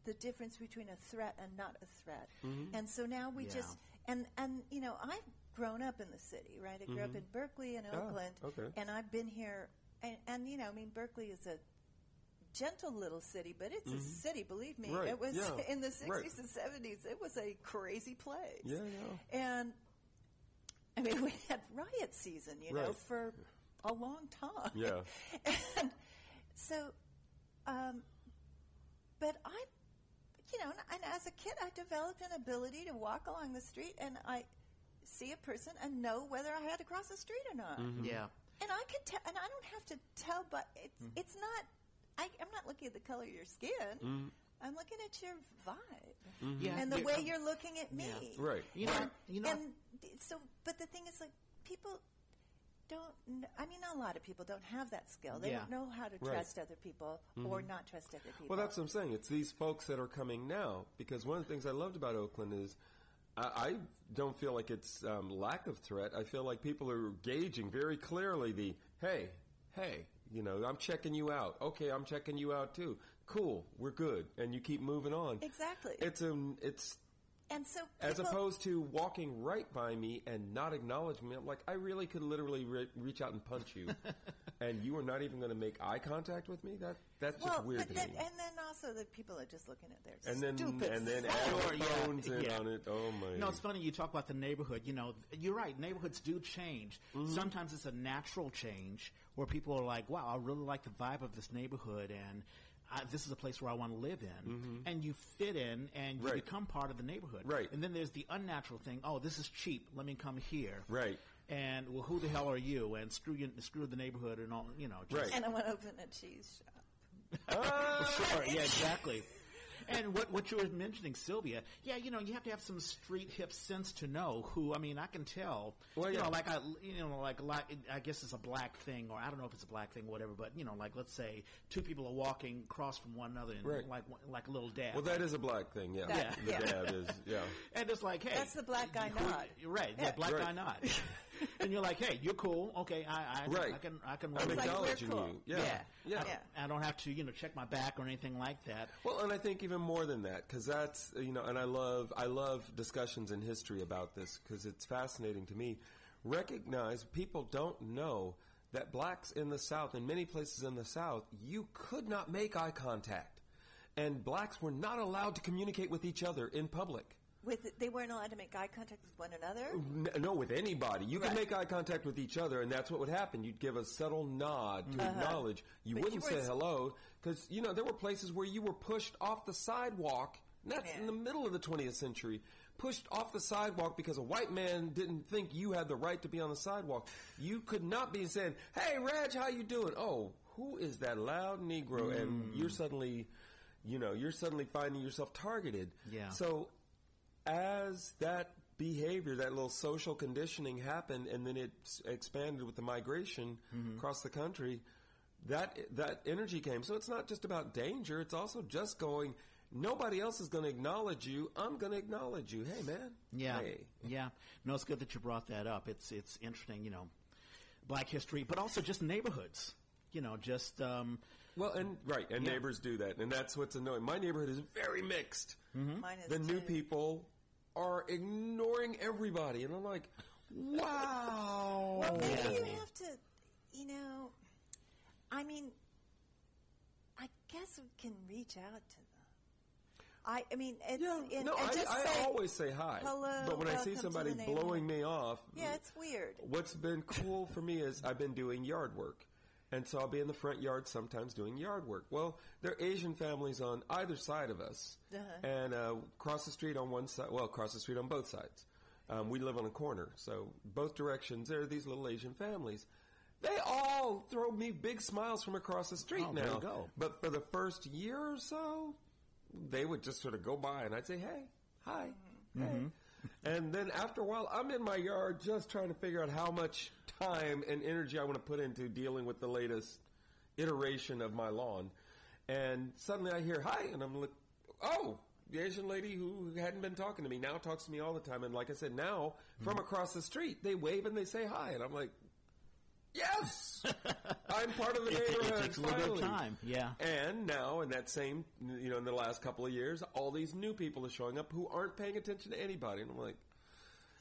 the difference between a threat and not a threat.
Mm-hmm.
And so now we
Yeah.
just and and you know I've grown up in the city, right? I grew up in Berkeley and Oakland,
Mm-hmm. Ah, okay.
and I've been here. And, and you know, I mean, Berkeley is a gentle little city, but it's a city. Believe me,
Mm-hmm. Right,
it was
yeah,
in the
right.
sixties and seventies. It was a crazy place.
Yeah, yeah.
And I mean, we had riot season, you know,
Right.
for a long time.
Yeah.
and so, um, but I, you know, and, and as a kid, I developed an ability to walk along the street and I see a person and know whether I had to cross the street or not.
Mm-hmm.
yeah.
And I could tell, and I don't have to tell, but it's
Mm-hmm.
it's not. I, I'm not looking at the color of your skin.
Mm-hmm.
I'm looking at your vibe
Yeah.
and the
you-
way
um,
you're looking at me.
Yeah.
Right.
You know,
And,
you know,
and th- so, but the thing is, like, people don't. Kn- I mean, a lot of people don't have that skill. They
Yeah.
don't know how to
Right. Mm-hmm.
trust other people or not trust other people.
Well, that's what I'm saying. It's these folks that are coming now because one of the things I loved about Oakland is I, I don't feel like it's um, lack of threat. I feel like people are gauging very clearly the hey, hey, You know, I'm checking you out. Okay, I'm checking you out too. Cool, we're good, and you keep moving on.
Exactly.
It's um, it's
and so
as
people-
opposed to walking right by me and not acknowledging me, like I really could literally re- reach out and punch you, and you are not even going to make eye contact with me. That that's
well,
just weird
but
to
then,
me.
and then also the people are just looking at their
And then
stupid
and then
self.
add our
yeah,
phones in
yeah.
on it. Oh my!
No, it's funny you talk about the neighborhood. You know, th- you're right. Neighborhoods do change.
Mm-hmm.
Sometimes it's a natural change where people are like, "Wow, I really like the vibe of this neighborhood, and I, this is a place where I want to live in." And you fit in, and you
Mm-hmm. Right.
become part of the neighborhood.
Right.
And then there's the unnatural thing. Oh, this is cheap. Let me come here.
Right.
And well, who the hell are you? And screw you, screw the neighborhood, and all. You know. Just
Right.
and I want to open a cheese shop.
Sure, yeah, exactly. And what, what you were mentioning, Sylvia, yeah, you know, you have to have some street hip sense to know who, I mean, I can tell,
Well,
you
yeah.
know, like I, you know, like, like, I guess it's a black thing, or I don't know if it's a black thing, whatever, but, you know, like, let's say two people are walking across from one another and
Right.
like, one- like a little dab.
Well, that is a black thing. Yeah,
That-
the
yeah.
dad is. Yeah,
and it's like, hey.
That's the black guy
who-
nod.
Right, yeah,
Yeah.
black
Right.
guy nod. and you're like, hey, you're cool, okay, I, I,
Right.
I can, I can, roll
I'm
with
like,
you.
we're
acknowledging
cool.
you. Yeah,
Yeah.
yeah.
Yeah.
I don't have to, you know, check my back or anything like that.
Well, and I think even more than that, because that's you know, and I love I love discussions in history about this because it's fascinating to me. Recognize people don't know that blacks in the South, in many places in the South, you could not make eye contact, and blacks were not allowed to communicate with each other in public.
With they weren't allowed to make eye contact with one another.
N- no, with anybody. You could
Right.
make eye contact with each other, and that's what would happen. You'd give a subtle nod to acknowledge. You
Uh-huh. But you
wouldn't
were-
say hello because you know there were places where you were pushed off the sidewalk. and That's in
Yeah.
the middle of the 20th century. Pushed off the sidewalk because a white man didn't think you had the right to be on the sidewalk. You could not be saying, "Hey, Reg, how you doing?" Oh, who is that loud Negro? And
Hmm.
you're suddenly, you know, you're suddenly finding yourself targeted.
Yeah.
So as that behavior, that little social conditioning happened, and then it s- expanded with the migration across the country, that that energy came. So it's not just about danger; it's also just going. Nobody else is going to acknowledge you. I'm going to acknowledge you. Hey, man.
Yeah,
Hey.
yeah. No, it's good that you brought that up. It's it's interesting, you know, Black history, but also just neighborhoods. You know, just um,
Well, and right, and neighbors do that, and that's what's annoying. My neighborhood is very mixed.
Mine is
The new
too.
people are ignoring everybody, and I'm like, wow.
Well, maybe
Yeah.
you have to, you know, I mean, I guess we can reach out to them. I, I mean, it's and-
no,
and
I,
just
I
say,
always say hi.
"Hello,
but when I
welcome
see
to
somebody
the neighborhood."
blowing me off,
Yeah, it's weird.
what's been cool for me is I've been doing yard work. And so I'll be in the front yard sometimes doing yard work. Well, there are Asian families on either side of us.
Uh-huh.
And uh, across the street on one side, well, across the street on both sides. Um, we live on a corner. So both directions, there are these little Asian families. They all throw me big smiles from across the street
Oh,
now.
there you go.
But for the first year or so, they would just sort of go by and I'd say, hey, hi, hey.
Mm-hmm.
And then after a while, I'm in my yard just trying to figure out how much time and energy I want to put into dealing with the latest iteration of my lawn. And suddenly I hear, hi, and I'm like, oh, the Asian lady who hadn't been talking to me now talks to me all the time. And like I said, now
Mm-hmm.
from across the street, they wave and they say hi. And I'm like, yes, I'm part of the
It- it
neighborhood.
takes a little bit of
finally."
time, yeah.
And now, in that same, you know, in the last couple of years, all these new people are showing up who aren't paying attention to anybody. And I'm like,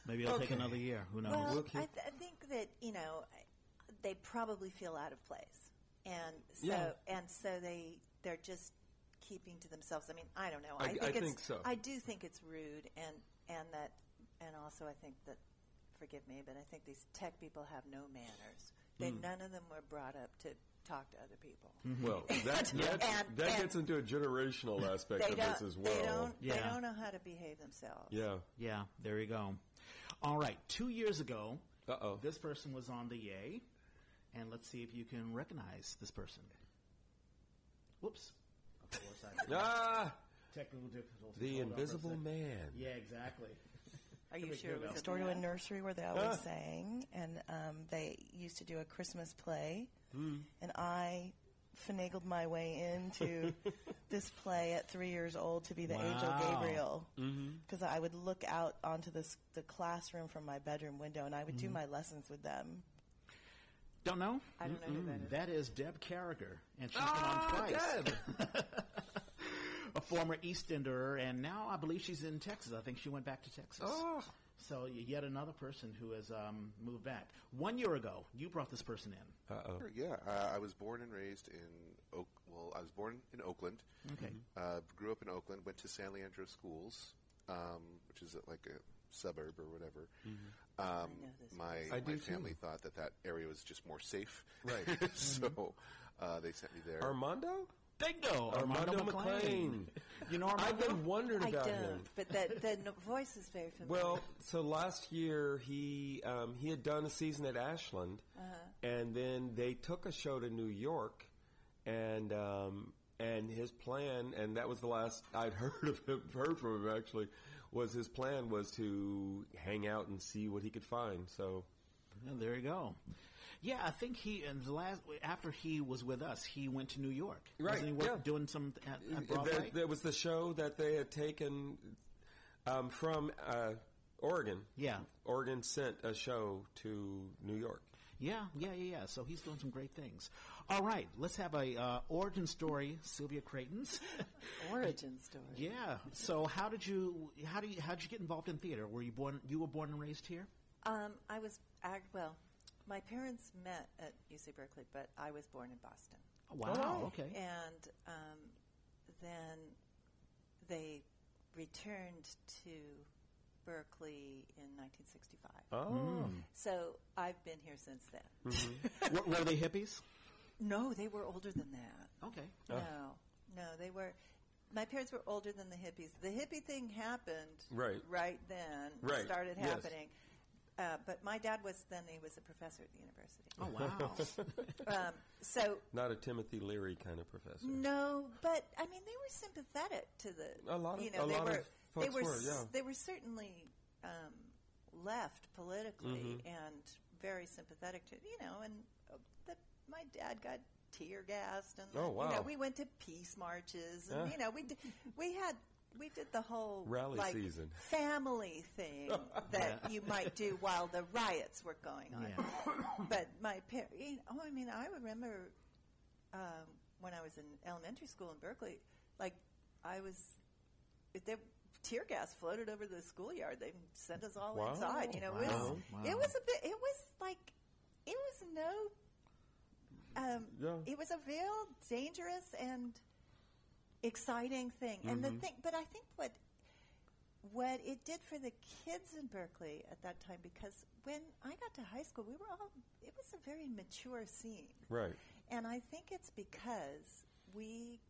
maybe it'll take
Okay.
another year. Who knows?
Well,
Look
I,
at-
th- I think that you know I- they probably feel out of place, and so
Yeah.
and so they they're just keeping to themselves. I mean, I don't know.
I- I
it's,
think so.
I do think it's rude, and and that, and also I think that, forgive me, but I think these tech people have no manners. They
Hmm.
none of them were brought up to talk to other people.
well, that, that,
And-
that
and-
gets into a generational aspect
They
of
don't.
this as well.
They don't. They
Yeah.
don't know how to behave themselves.
Yeah.
yeah, there you go. All right, two years ago,
Uh oh.
this person was on the Yay, and let's see if you can recognize this person. Whoops. Of course, I did.
Ah,
Technical difficulty.
the
Hold on for a
Invisible
second.
Man.
Yeah, exactly.
Are you
we
sure
go
it
now.
was story to a nursery where they always sang, and um, they used to do a Christmas play, and I finagled my way into this play at three years old to be the
Wow.
angel Gabriel because I would look out onto this the classroom from my bedroom window, and I would do my lessons with them.
Don't know?
I don't know who that is.
That is Deb Carriger, and she's
Ah,
been on twice.
good.
A former Eastender, and now I believe she's in Texas. I think she went back to Texas.
Oh.
So y- yet another person who has um, moved back. One year ago, you brought this person in.
Uh-oh.
Yeah, uh, I was born and raised in Oak. Well, I was born in Oakland.
Mm-hmm.
Okay.
Uh, grew up in Oakland. Went to San Leandro Schools, um, which is uh, like a suburb or whatever. Um, my
Mm-hmm. I
my
do
family
too.
thought that that area was just more safe,
Right. Mm-hmm.
so uh, they sent me there.
Armando?
Bingo!
Armando
McLean.
McLean.
You know
I've
Armando?
been wondering
I
about
don't,
him.
but that the no- voice is very familiar.
Well, so last year he um, he had done a season at Ashland, and then they took a show to New York, and um, and his plan, and that was the last I'd heard of him, heard from him actually, was his plan was to hang out and see what he could find. So
Yeah, Oh, there you go. Yeah, I think he and the last after he was with us, he went to New York.
Right,
Wasn't he work-
yeah.
doing some at, at
that,
Broadway.
that was the show that they had taken um, from uh, Oregon.
Yeah.
Oregon sent a show to New York.
Yeah, yeah, yeah, yeah. So he's doing some great things. All right, let's have a uh, origin story, Sylvia Creighton's.
origin story.
yeah. So how did you how do you how did you get involved in theater? Were you born you were born and raised here?
Um, I was ag- well. My parents met at UC Berkeley, but I was born in Boston,
Oh, wow. Okay.
and um, then they returned to Berkeley in 1965.
Oh. Mm-hmm.
So I've been here since then.
were, were they hippies?
No, they were older than that.
Okay.
Oh.
No, no, they were. My parents were older than the hippies. The hippie thing happened
Right.
right then.
Right,
started
yes.
happening. Uh, but my dad was then he was a professor at the university.
Oh wow.
Um, so
Not a Timothy Leary kind of professor.
no, but I mean they were sympathetic to the
A lot of-
you know
a
they
lot
were
of
they
folks
were,
were,
s-
yeah.
they were certainly um, left politically
Mm-hmm.
and very sympathetic to you know and uh, the, my dad got tear gassed and
Oh,
you
wow.
know we went to peace marches and
Yeah.
you know we did, we had we did the whole
Rally
like,
season.
family thing that you might do while the riots were going on
Yeah.
but my parents, oh, I mean, I remember um, when I was in elementary school in Berkeley, like I was, there, tear gas floated over the schoolyard. They sent us all
Wow.
inside. You know, it was
Wow.
it
Wow.
was a bit. It was like it was no. Um,
Yeah.
It was a real dangerous and exciting thing, and the thing. But I think what what it did for the kids in Berkeley at that time, because when I got to high school, we were all, it was a very mature scene.
Right.
And I think it's because we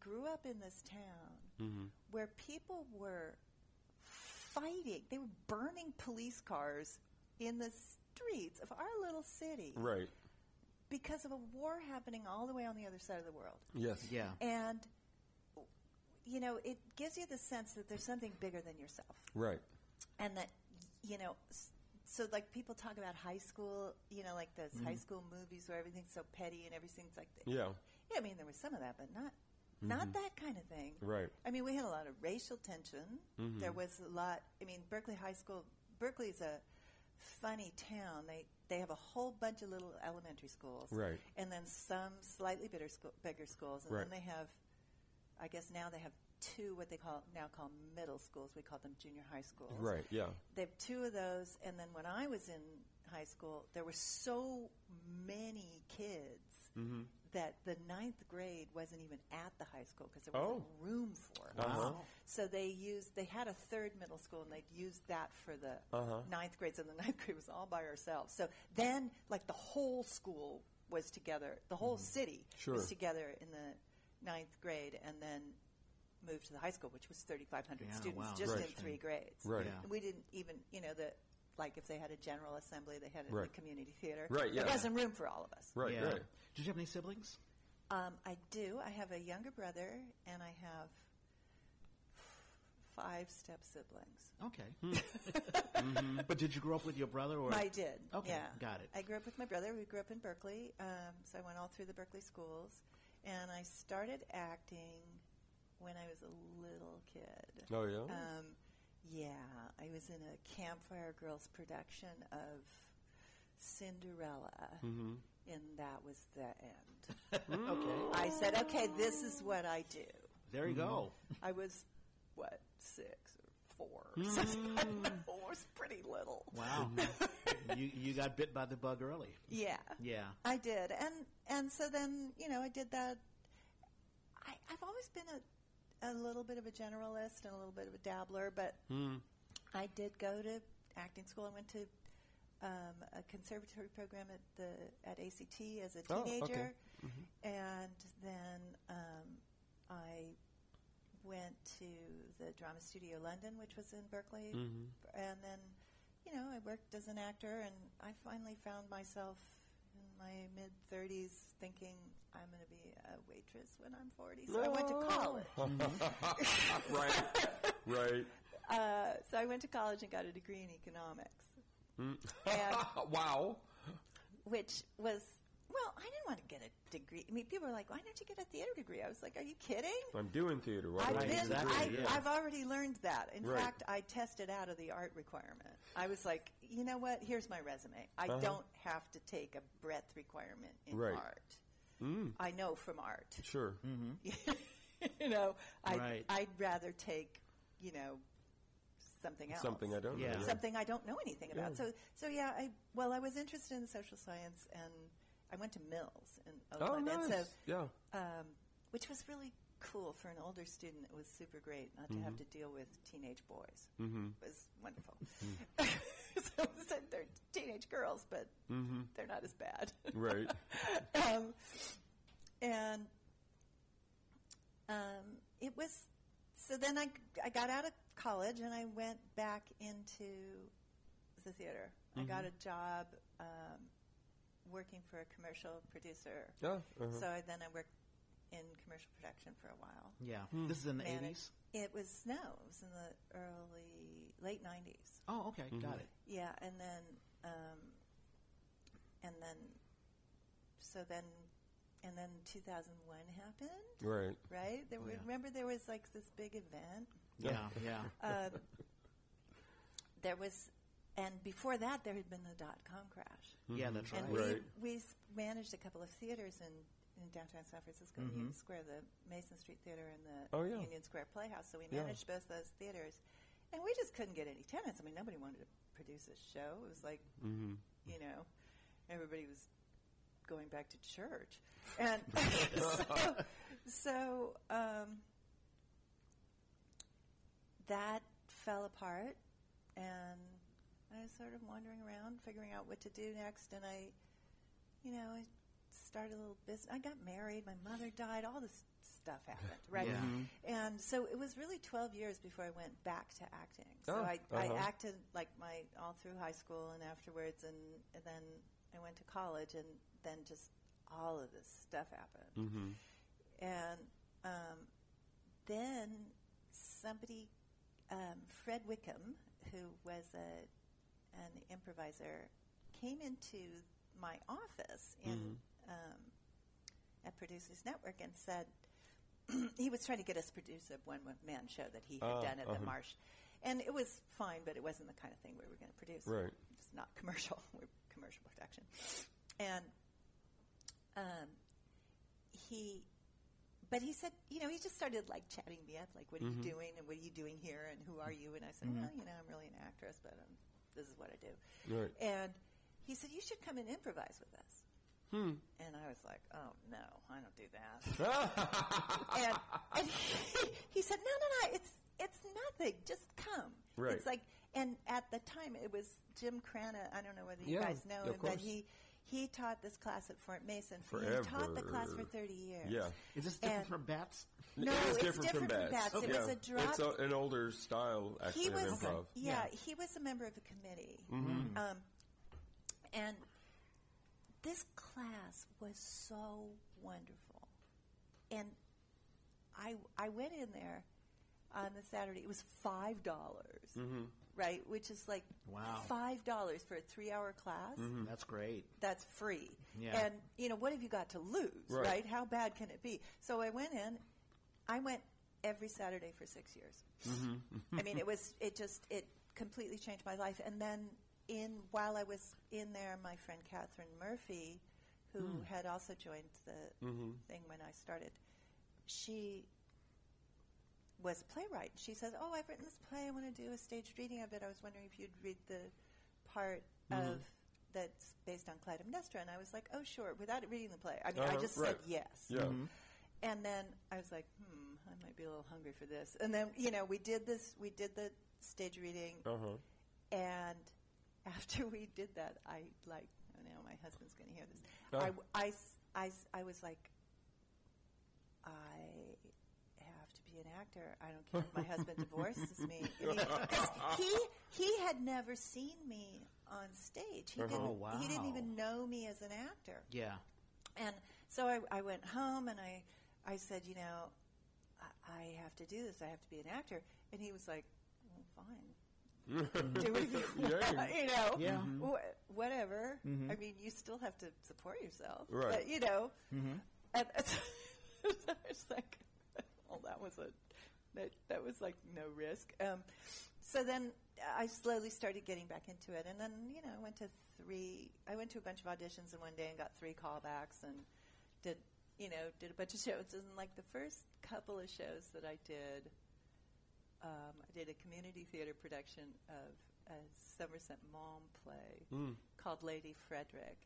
grew up in this town where people were fighting, they were burning police cars in the streets of our little city
Right.
because of a war happening all the way on the other side of the world.
Yes.
Yeah.
And, you know, it gives you the sense that there's something bigger than yourself
Right.
and that you know s- so like people talk about high school you know like those high school movies where everything's so petty and everything's like th-
Yeah.
yeah i mean there was some of that but not not that kind of thing
Mm-hmm. Right. Mm-hmm.
i mean we had a lot of racial tension there was a lot i mean berkeley high school berkeley's a funny town they they have a whole bunch of little elementary schools
Right.
and then some slightly bigger, school, bigger schools and
Right.
then they have I guess now they have two what they call now call middle schools. We call them junior high schools.
Right. Yeah.
They have two of those, and then when I was in high school, there were so many kids that the ninth grade wasn't even at the high school because there wasn't room for it.
Uh-huh.
So they used they had a third middle school, and they'd used that for the ninth grade. So the ninth grade was all by ourselves. So then, like the whole school was together, the whole city
Sure.
was together in the ninth grade, and then moved to the high school, which was 3,500
Yeah,
students
wow,
just
Right.
in three grades.
Right.
Yeah.
We didn't even, you know, the like if they had a general assembly, they had a
Right.
community theater.
Right,
There
yeah.
wasn't room for all of us.
Right.
yeah.
Right.
Did you have any siblings?
Um, I do. I have a younger brother, and I have five step siblings.
Okay.
Hmm. Mm-hmm.
But did you grow up with your brother or
I did.
Okay,
yeah.
got it.
I grew up with my brother. We grew up in Berkeley, um, so I went all through the Berkeley schools, and I started acting when I was a little kid.
Oh yeah.
Um, yeah, I was in a Campfire Girls production of Cinderella, and that was the end.
okay.
I said, okay, this is what I do.
There you go.
I was, what, six or four or something? I don't know. I was pretty little.
Mm-hmm.
Wow. you you got bit by the bug early.
Yeah.
Yeah.
I did. And, and so then, you know, I did that. I, I've always been a, a little bit of a generalist and a little bit of a dabbler, but
Hmm.
I did go to acting school. I went to um, a conservatory program at the at ACT as a
Oh, okay. Mm-hmm.
teenager, and then um, I went to the Drama Studio London, which was in Berkeley, and then you know I worked as an actor, and I finally found myself in my mid thirties thinking I'm going to be a waitress when I'm forty. So I went to college. Um.
right, right.
Uh, so I went to college and got a degree in economics. And
wow.
which was well, I didn't want to get a degree. I mean, people were like, "Why don't you get a theater degree?" I was like, "Are you kidding?"
I'm doing theater. Right?
I've
Right,
been,
exactly,
I, Mm.
yeah.
I've already learned that. In
Right.
fact, I tested out of the art requirement. I was like, you know what? Here's my resume. I don't have to take a breadth requirement in
Uh-huh. Right. Hmm.
art. I know from art.
sure.
Mm.
you know, I
Right.
I'd rather take, you know, something else.
Something I don't
Yeah.
know.
something I don't know anything about. So, so yeah, I well, I was interested in social science, and I went to Mills in
Oh,
Oakland,
nice.
and
yeah.
so, um, which was really cool for an older student. It was super great not to have to deal with teenage boys. It was wonderful. so, so they're teenage girls, but they're not as bad
Right.
um, and um, it was so then I, I got out of college and I went back into the theater. I got a job um, working for a commercial producer.
Yeah. uh-huh.
Mm-hmm.
So I, then I worked in commercial production for a while.
Yeah.
Hmm.
This is in the
And it-
eighties.
It was no, it was in the early late nineties.
Oh, okay.
Mm-hmm.
Got it.
Yeah, and then, um, and then, so then, and then 2001 happened,
Right.
right? There,
Oh, Yeah.
Remember, there was like this big event.
Yeah. Yeah.
Um, there was, and before that, there had been the dot com crash,
Yeah. That's right.
and
Mm-hmm. Right.
we we s- managed a couple of theaters in. In downtown San Francisco, Union Square, the Mason Street Theater and the
Mm-hmm. Oh, yeah.
Union Square Playhouse. So we
Yeah.
managed both those theaters, and we just couldn't get any tenants. I mean, nobody wanted to produce a show. It was like
Mm-hmm.
you know, everybody was going back to church. And so, so um, that fell apart, and I was sort of wandering around, figuring out what to do next. And I, you know, I started a little business. I got married, my mother died, all this stuff happened, right?
Yeah. Mhm.
And so it was really 12 years before I went back to acting. So
Oh,
I,
uh-huh.
I acted like my all through high school and afterwards, and, and then I went to college, and then just all of this stuff happened.
Mm-hmm.
And um, then somebody, um, Fred Wickham, who was a an improviser, came into my office in
Mm-hmm.
um, at Producers Network and said he was trying to get us to produce a one man show that he had
Ah,
done at
uh-huh.
the Marsh, and it was fine, but it wasn't the kind of thing we were going to produce.
Right.
It's not commercial. We're commercial production, and um, he but he said, you know, he just started like chatting me up, like, what are you doing and what are you doing here and who are you? And I said, well, you know, I'm really an actress, but um, this is what I do.
Right.
And he said, you should come and improvise with us.
Hmm.
And I was like, oh no, I don't do that. and and he, he said, no, no, no, it's it's nothing. Just come.
Right.
It's like, and at the time it was Jim Crana. I don't know whether you
Yeah,
guys know
of
him, but
course.
he he taught this class at Fort Mason. He taught
Forever.
the class for thirty years.
Yeah.
Is this different
and-
from bats?
No,
it is
it's
different, from
different from
Bats.
Bats. It
yeah.
was a drop-
It's a, an older style, actually,
he was
of improv.
Yeah,
Yeah.
he was a member of a committee, um, and this class was so wonderful. And I I went in there on the Saturday. It was five dollars, right? Which is like
Wow.
five dollars for a three hour class
Hmm.
That's great.
that's free.
Yeah.
And you know, what have you got to lose,
Right.
right. How bad can it be? So I went in. I went every Saturday for six years. I mean, it was it just it completely changed my life. And then in while I was in there, my friend Catherine Murphy, who had also joined the thing when I started, she was a playwright. She says, "Oh, I've written this play. I want to do a staged reading of it. I was wondering if you'd read the part
Mm-hmm.
of." That's based on Clytemnestra, and I was like, "Oh, sure." Without reading the play, I mean, I
Uh-huh,
just said
right.
yes.
Yeah.
And then I was like, hmm, I might be a little hungry for this. And then, you know, we did this, we did the stage reading.
Uh-huh.
And after we did that, I like, oh no, my husband's going to hear this.
Oh.
I w I s I s I was like, I have to be an actor. I don't care if my husband divorces me. Because he, he had never seen me on stage. He, didn't,
Oh,
he didn't
wow.
even know me as an actor.
Yeah.
And so I, I went home and I, I said, you know, I, I have to do this. I have to be an actor. And he was like, well, fine. do what you,
Yeah.
want," you know,
Yeah. Mhm.
wh- whatever. I mean, you still have to support yourself,
Right.
but, you know. And, and so I was like, well, that was a that, that was like no risk. Um, so then I slowly started getting back into it, and then you know I went to three. I went to a bunch of auditions in one day and got three callbacks, and did you know did a bunch of shows. And like the first couple of shows that I did, um, I did a community theater production of a Somerset Maugham play called Lady Frederick.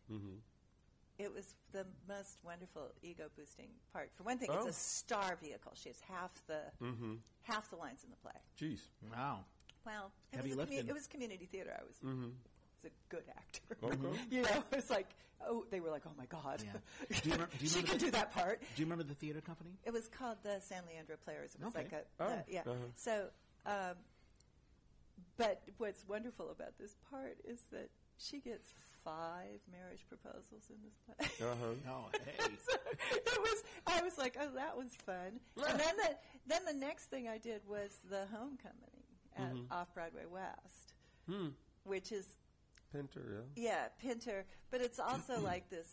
It was the most wonderful ego boosting part. For one thing,
Oh.
it's a star vehicle. She has half the
Mm-hmm.
half the lines in the play.
Jeez.
Wow.
Well, it
Heavy
was, a commu-
lifting.
it was community theater. I was,
Mm-hmm.
was a good actor.
Okay.
you know, it's like, oh, they were like, oh my god,
Yeah. Do you remem- do you
she
remember
could
the-
do that part.
Do you remember the theater company?
It was called the San Leandro Players. It was
Okay.
like a
Oh,
the- yeah.
uh-huh.
So, um, but what's wonderful about this part is that she gets five marriage proposals in this play.
Uh-huh.
Oh, hey.
it was. I was like, oh, that was fun. And then the then the next thing I did was the homecoming at Off Broadway West, which is
Pinter, yeah.
yeah, Pinter, but it's also like this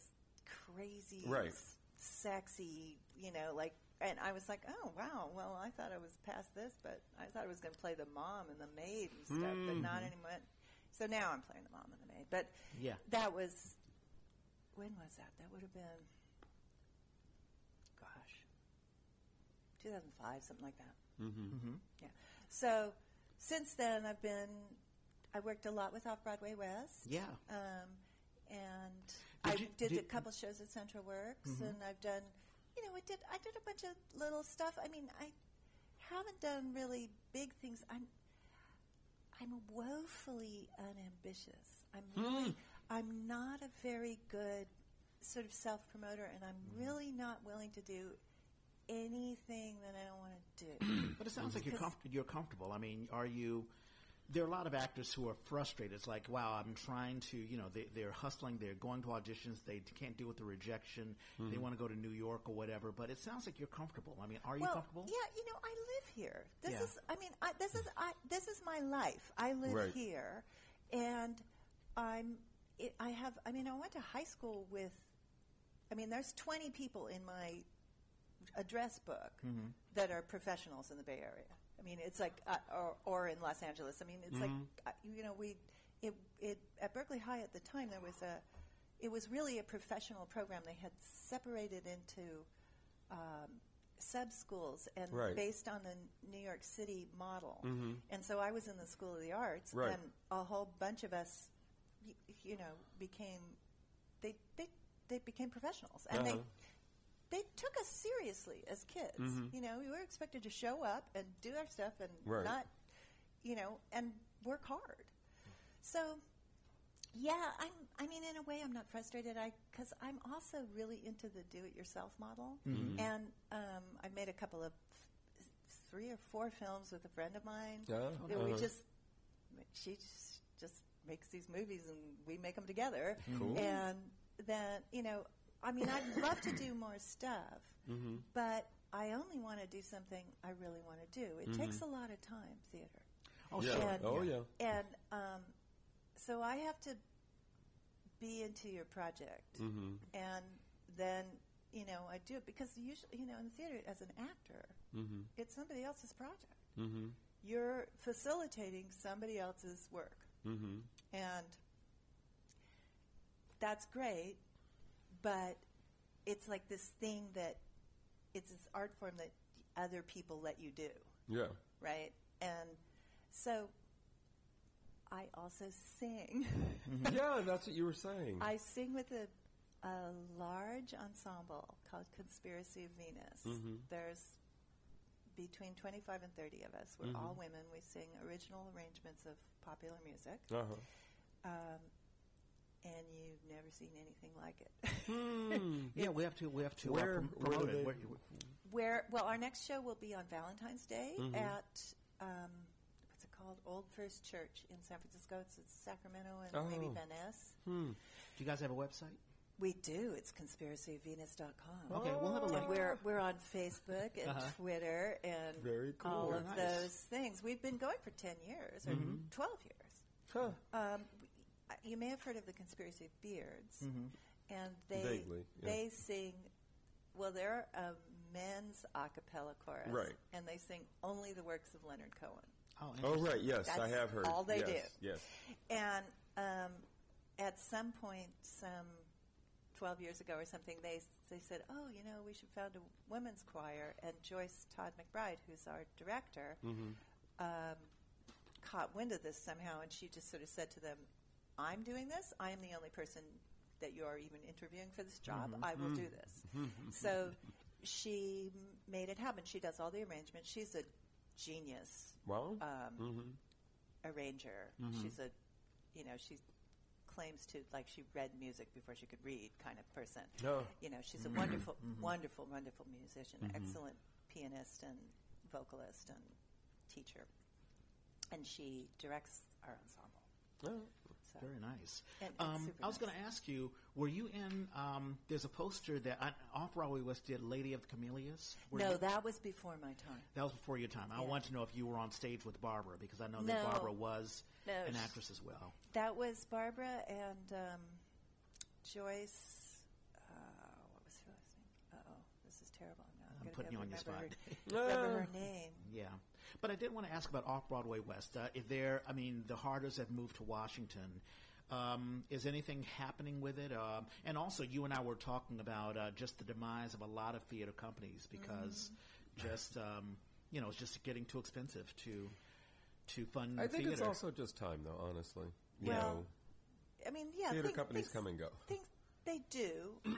crazy,
Right.
s- sexy, you know, like. And I was like, oh wow, well I thought I was past this, but I thought I was going to play the mom and the maid and stuff, but not anymore. So now I'm playing the mom and the maid, but
Yeah.
that was when was that? That would have been, gosh, 2005, something like that. Yeah. So since then, I've been. I worked a lot with Off Broadway West.
Yeah.
Um, and
Did
I
you-
did, a
did- Mm-hmm.
couple shows at Central Works, and I've done. You know, I did. I did a bunch of little stuff. I mean, I haven't done really big things. I'm. I'm woefully unambitious. I'm
Hmm.
really. I'm not a very good sort of self promoter, and
Mm-hmm.
I'm really not willing to do anything that I don't want to do.
But it sounds like you're,
Because-
comf- you're comfortable. I mean, are you? There are a lot of actors who are frustrated. It's like, wow, I'm trying to, you know, they, they're hustling, they're going to auditions, they can't deal with the rejection, they want to go to New York or whatever. But it sounds like you're comfortable. I mean, are you
well,
comfortable?
Yeah, you know, I live here. This
Yeah.
is, I mean, I, this is, I, this is my life. I live
Right.
here, and I'm, it, I have, I mean, I went to high school with, I mean, there's 20 people in my address book
Mm-hmm.
that are professionals in the Bay Area. I mean, it's like, uh, or, or in Los Angeles. I mean, it's
Mm-hmm.
like, uh, you know, we, it, it, at Berkeley High at the time, there was a, it was really a professional program. They had separated into um, sub schools and
Right. Mm-hmm.
based on the N- New York City model. And so I was in the School of the Arts,
Right.
and a whole bunch of us, y- you know, became, they, they, they became professionals. And
Uh-huh.
they, they took us seriously as kids. You know, we were expected to show up and do our stuff and
Right.
not, you know, and work hard. So, yeah, I'm. I mean, in a way, I'm not frustrated. I because I'm also really into the do-it-yourself model, and um, I made a couple of three or four films with a friend of mine.
Yeah,
That we
uh-huh.
just she just, just makes these movies and we make them together.
Cool.
And then, you know, I mean, I'd love to do more stuff, but I only want to do something I really want to do. It takes a lot of time, theater.
Oh,
Yeah.
sure.
And-
Oh, yeah.
And um, so I have to be into your project. And then, you know, I do it because usually, you know, in theater, as an actor, it's somebody else's project. You're facilitating somebody else's work. And that's great, but it's like this thing that it's this art form that other people let you do,
Yeah.
right? And so I also sing.
yeah, that's what you were saying.
Mm-hmm. I sing with a, a large ensemble called Conspiracy of Venus. There's between 25 and 30 of us. We're all women. We sing original arrangements of popular music,
uh-huh.
and you've never seen anything like it.
Yeah, we have to we have to
Where-
uh, prom-
where
promote
do they-
it. Where-
Where well, our next show will be on Valentine's Day at um, what's it called? Old First Church in San Francisco. It's in Sacramento and maybe
Oh.
Venice.
do you guys have a website?
We do. It's conspiracyofvenus.com.
Okay, we'll have a link.
And we're we're on Facebook and Twitter and
Very cool.
all of
Nice. Mm-hmm.
those things. We've been going for ten years or twelve years.
Huh.
Um, we- uh, you may have heard of the conspiracy of beards,
Mm-hmm.
and they
Vaguely, yeah.
they sing. Well, they're a men's a cappella chorus,
Right.
And they sing only the works of Leonard Cohen.
Oh,
Oh
interesting.
right, yes, I
That's
have heard.
all they
yes,
do.
Yes.
And um, at some point, some twelve years ago or something, they s- they said, "Oh, you know, we should found a women's choir." And Joyce Todd McBride, who's our director, um, caught wind of this somehow, and she just sort of said to them, "I'm doing this. I am the only person that you are even interviewing for this job. I will do this." so she made it happen. She does all the arrangements. She's a genius
Well,
arranger.
Mm-hmm.
She's a, you know, she claims to like she read music before she could read kind of person.
Oh.
You know, she's
Mm-hmm.
a wonderful, wonderful, wonderful musician, excellent pianist and vocalist and teacher, and she directs our ensemble. So
Very nice.
And it's
Um,
super
I was
nice.
going to ask you, were you in? Um, there's a poster that I, Off Broadway West did, "Lady of the Camellias." Were
no,
you-
that was before my time.
that was before your time. I want to know if you were on stage with Barbara because I know that
No.
Barbara was
No,
an
sh-
actress as well.
That was Barbara and um, Joyce. Uh, what was her last name? Uh oh, this is terrible. Now I'm, gonna
putting
go
you on your
remember
spot.
Her, remember her name.
Yeah, but I did want to ask about Off Broadway West. Uh, if there, I mean, the Harders have moved to Washington. Um, is anything happening with it? Um, and also, you and I were talking about uh, just the demise of a lot of theater companies because
Mm-hmm.
just um, you know it's just getting too expensive to to fund.
I think
theater.
it's also just time, though. Honestly, you
Well,
know,
I mean, yeah,
theater
thing-
companies
things-
come and go.
Things they do.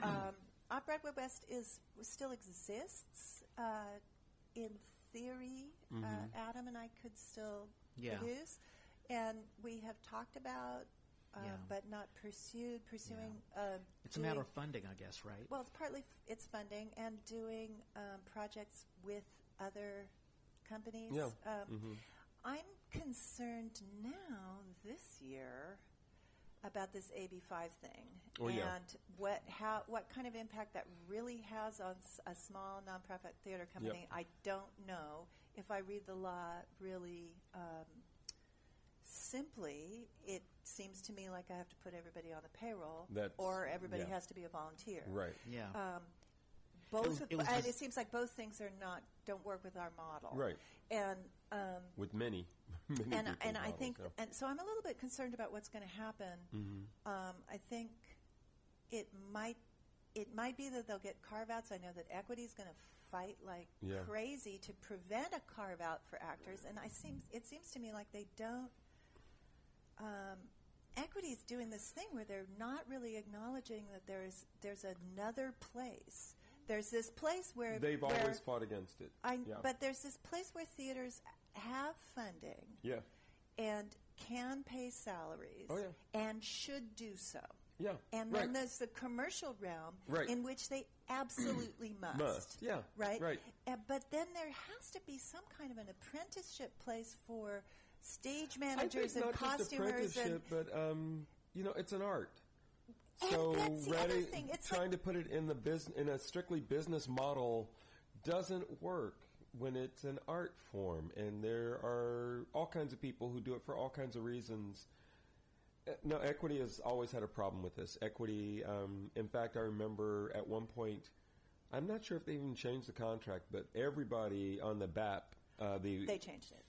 um, Off Broadway West is still exists uh, in theory. Uh,
Mm-hmm.
Adam and I could still
Yeah.
produce, and we have talked about, uh,
Yeah.
but not pursued. Pursuing. Uh,
it's a matter
doing-
of funding, I guess, right?
Well, it's partly f- it's funding and doing um, projects with other companies.
Yeah. Mm-hmm.
Um, I'm concerned now this year about this AB5 thing
Oh,
and
yeah.
what how what kind of impact that really has on s- a small nonprofit theater company. I don't know if I read the law really. Um, Simply, it seems to me like I have to put everybody on the payroll,
That's-
or everybody
yeah.
has to be a volunteer.
Right.
yeah.
uh,
Both,
It was-
of,
it was
and
just-
it seems like both things are not don't work with our model,
Right.
And um,
With many, many
and
different
and I
models,
think
yeah. Mm-hmm.
and so I'm a little bit concerned about what's going to happen. Um, I think it might it might be that they'll get carve outs. I know that equity is going to fight like
Yeah.
crazy to prevent a carve out for actors, and I seems it seems to me like they don't. Um, equity is doing this thing where they're not really acknowledging that there's there's another place. There's this place where
they've
where-
always fought against it.
I,
yeah.
But there's this place where theaters have funding
yeah,
and can pay salaries
Oh, yeah.
and should do so.
Yeah,
And
right.
then there's the commercial realm
Right.
in which they absolutely must.
Must, yeah,
Right?
right.
Uh, but then there has to be some kind of an apprenticeship place for stage managers
I think
and
not just
costumers and
apprenticeship, but um, you know, it's an art.
And
So
that's the other
rather-
thing. It's
trying to put it in the business in a strictly business model doesn't work when it's an art form, and there are all kinds of people who do it for all kinds of reasons. Uh, No, equity has always had a problem with this. Equity, um, in fact, I remember at one point, I'm not sure if they even changed the contract, but everybody on the BAP, uh, the
they changed it.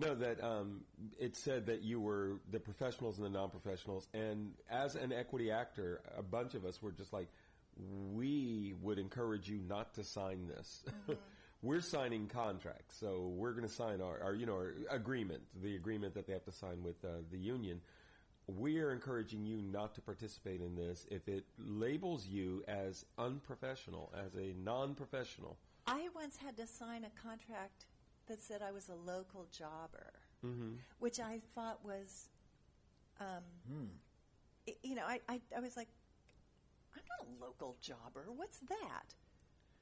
No, that um, it said that you were the professionals and the non-professionals, and as an equity actor, a bunch of us were just like, we would encourage you not to sign this. we're signing contracts, so we're going to sign our, our, you know, our agreement, the agreement that they have to sign with uh, the union. We are encouraging you not to participate in this if it labels you as unprofessional, as a non-professional.
I once had to sign a contract that said I was a local jobber, which I thought was, um, i- you know, I, I, I was like, I'm not a local jobber. What's that?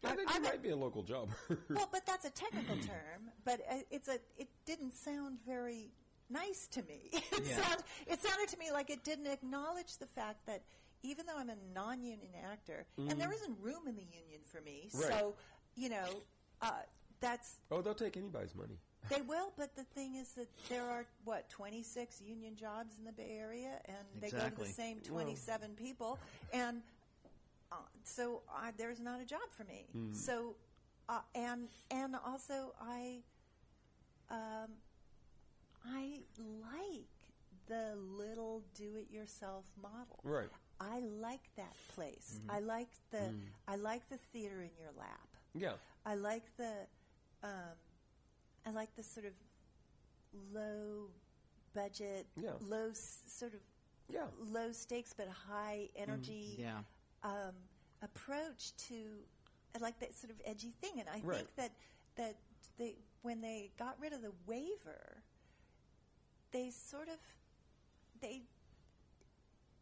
I think you
I'm a-
might be a local jobber.
well, but that's a technical term, but uh, it's a it didn't sound very nice to me. It,
Yeah.
sound, it sounded to me like it didn't acknowledge the fact that even though I'm a non-union actor, and there isn't room in the union for me,
Right.
so you know uh, that's
oh, they'll take anybody's money.
they will. But the thing is that there are what 26 union jobs in the Bay Area, and they go to
Exactly.
the same 27 people, and uh, so I, there's not a job for me. So, uh, and and also I, um, I like the little do-it-yourself model.
Right.
I like that place. I like the I like the theater in your lap.
Yeah.
I like the, um, I like the sort of low budget,
Yeah.
low s- sort of
Yeah.
low stakes but high
Mm,
energy
Yeah.
um, approach to, I like that sort of edgy thing. And I
Right.
think that that they when they got rid of the waiver, they sort of they.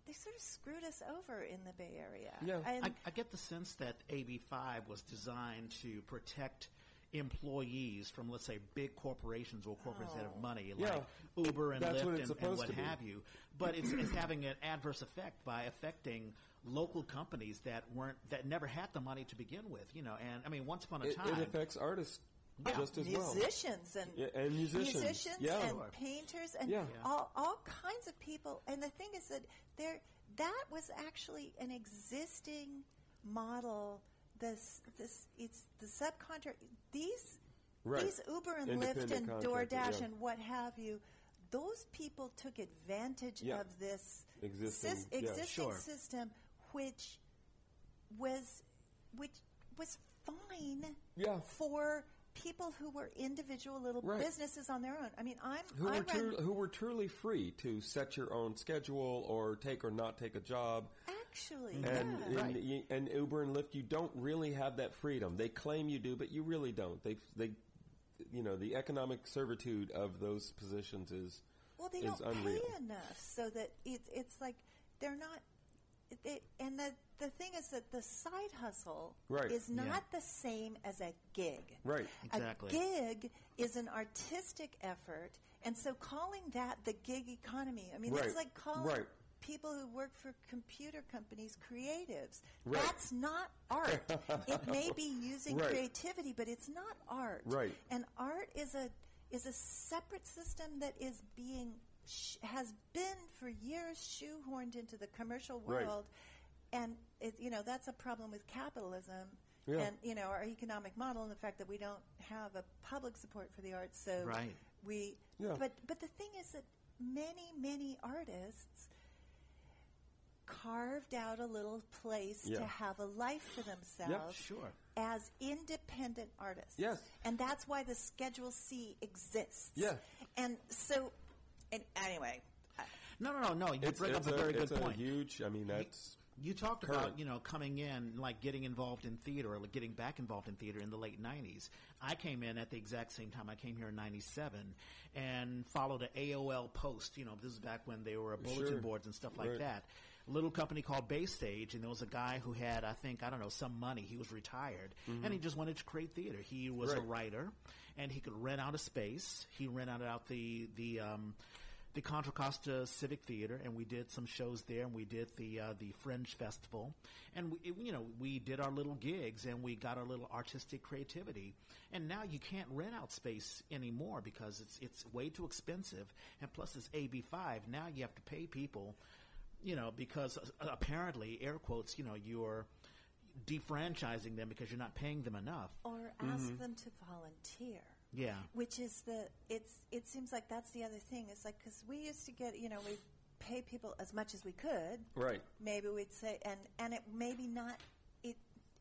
They sort of screwed us over in the Bay Area.
Yeah.
And
I, I get the sense that AB5 was designed to protect employees from, let's say, big corporations or corporates that have money, like
Yeah.
Uber and
That's what
Lyft
it's
and, and
supposed
what
to be.
have you. But it's, it's having an adverse effect by affecting local companies that weren't that never had the money to begin with. You know, and I mean, once upon a
It,
time,
it affects artists
Yeah.
just as well.
musicians and
Yeah, and musicians.
musicians
Yeah.
and
Sure.
painters and
Yeah. Yeah.
all all kinds of people. And the thing is that there that was actually an existing model. This this it's the subcontract. These
Right.
these Uber and Lyft
Independent
and
contractor,
DoorDash
yeah.
and what have you. Those people took advantage
Yeah.
of this
Existing,
sys-
yeah.
existing
Sure.
system, which was which was fine
Yeah.
for people who were individual little
Right.
businesses on their own. I mean, I'm
who
I
were
run
tru- who were truly free to set your own schedule or take or not take a job.
actually
And
yeah.
in, y- and Uber and Lyft, you don't really have that freedom. They claim you do, but you really don't. They they, you know, the economic servitude of those positions is
Well, they
is
don't
unreal.
pay enough, so that it's it's like they're not. They, and the the thing is that the side hustle
Right.
is
Yeah.
not the same as a gig.
Right.
Exactly.
A gig is an artistic effort, and so calling that the gig economy. I mean,
Right.
that's like calling.
Right.
People who work for computer companies, creatives.
Right.
That's not art. it may be using
Right.
creativity, but it's not art.
Right.
And art is a is a separate system that is being sh- has been for years shoehorned into the commercial
Right.
world, and it, you know that's a problem with capitalism
Yeah.
and you know our economic model and the fact that we don't have a public support for the arts. So
Right.
we
Yeah.
but but the thing is that many many artists carved out a little place
Yeah.
to have a life for themselves
sure.
as independent artists.
Yes.
And that's why the Schedule C exists.
Yeah.
And so, and anyway, I-
No, no, no, no. You
It's,
bring
it's
up a,
a,
very
it's
good
a
point.
huge. I mean, that's
You talked
Current.
about you know coming in like getting involved in theater or like, getting back involved in theater in the late '90s. I came in at the exact same time. I came here in '97 and followed an AOL post. You know, this is back when they were bulletin
Sure.
boards and stuff like
Right.
that. Little company called Baystage, and there was a guy who had, I think, I don't know, some money. He was retired, and he just wanted to create theater. He was a
Mm-hmm. Right.
writer, and he could rent out a space. He rented out the the um, the Contra Costa Civic Theater, and we did some shows there, and we did the uh, the Fringe Festival, and we it- you know we did our little gigs, and we got our little artistic creativity. And now you can't rent out space anymore because it's it's way too expensive, and plus it's AB five. Now you have to pay people, you know, because uh, apparently, air quotes, you know, you're defranchising them because you're not paying them enough.
Mm-hmm.
or ask them to volunteer.
Yeah.
which is the it's it seems like that's the other thing it's like because we used to get you know we pay people as much as we could
Right.
maybe we'd say and and it maybe not it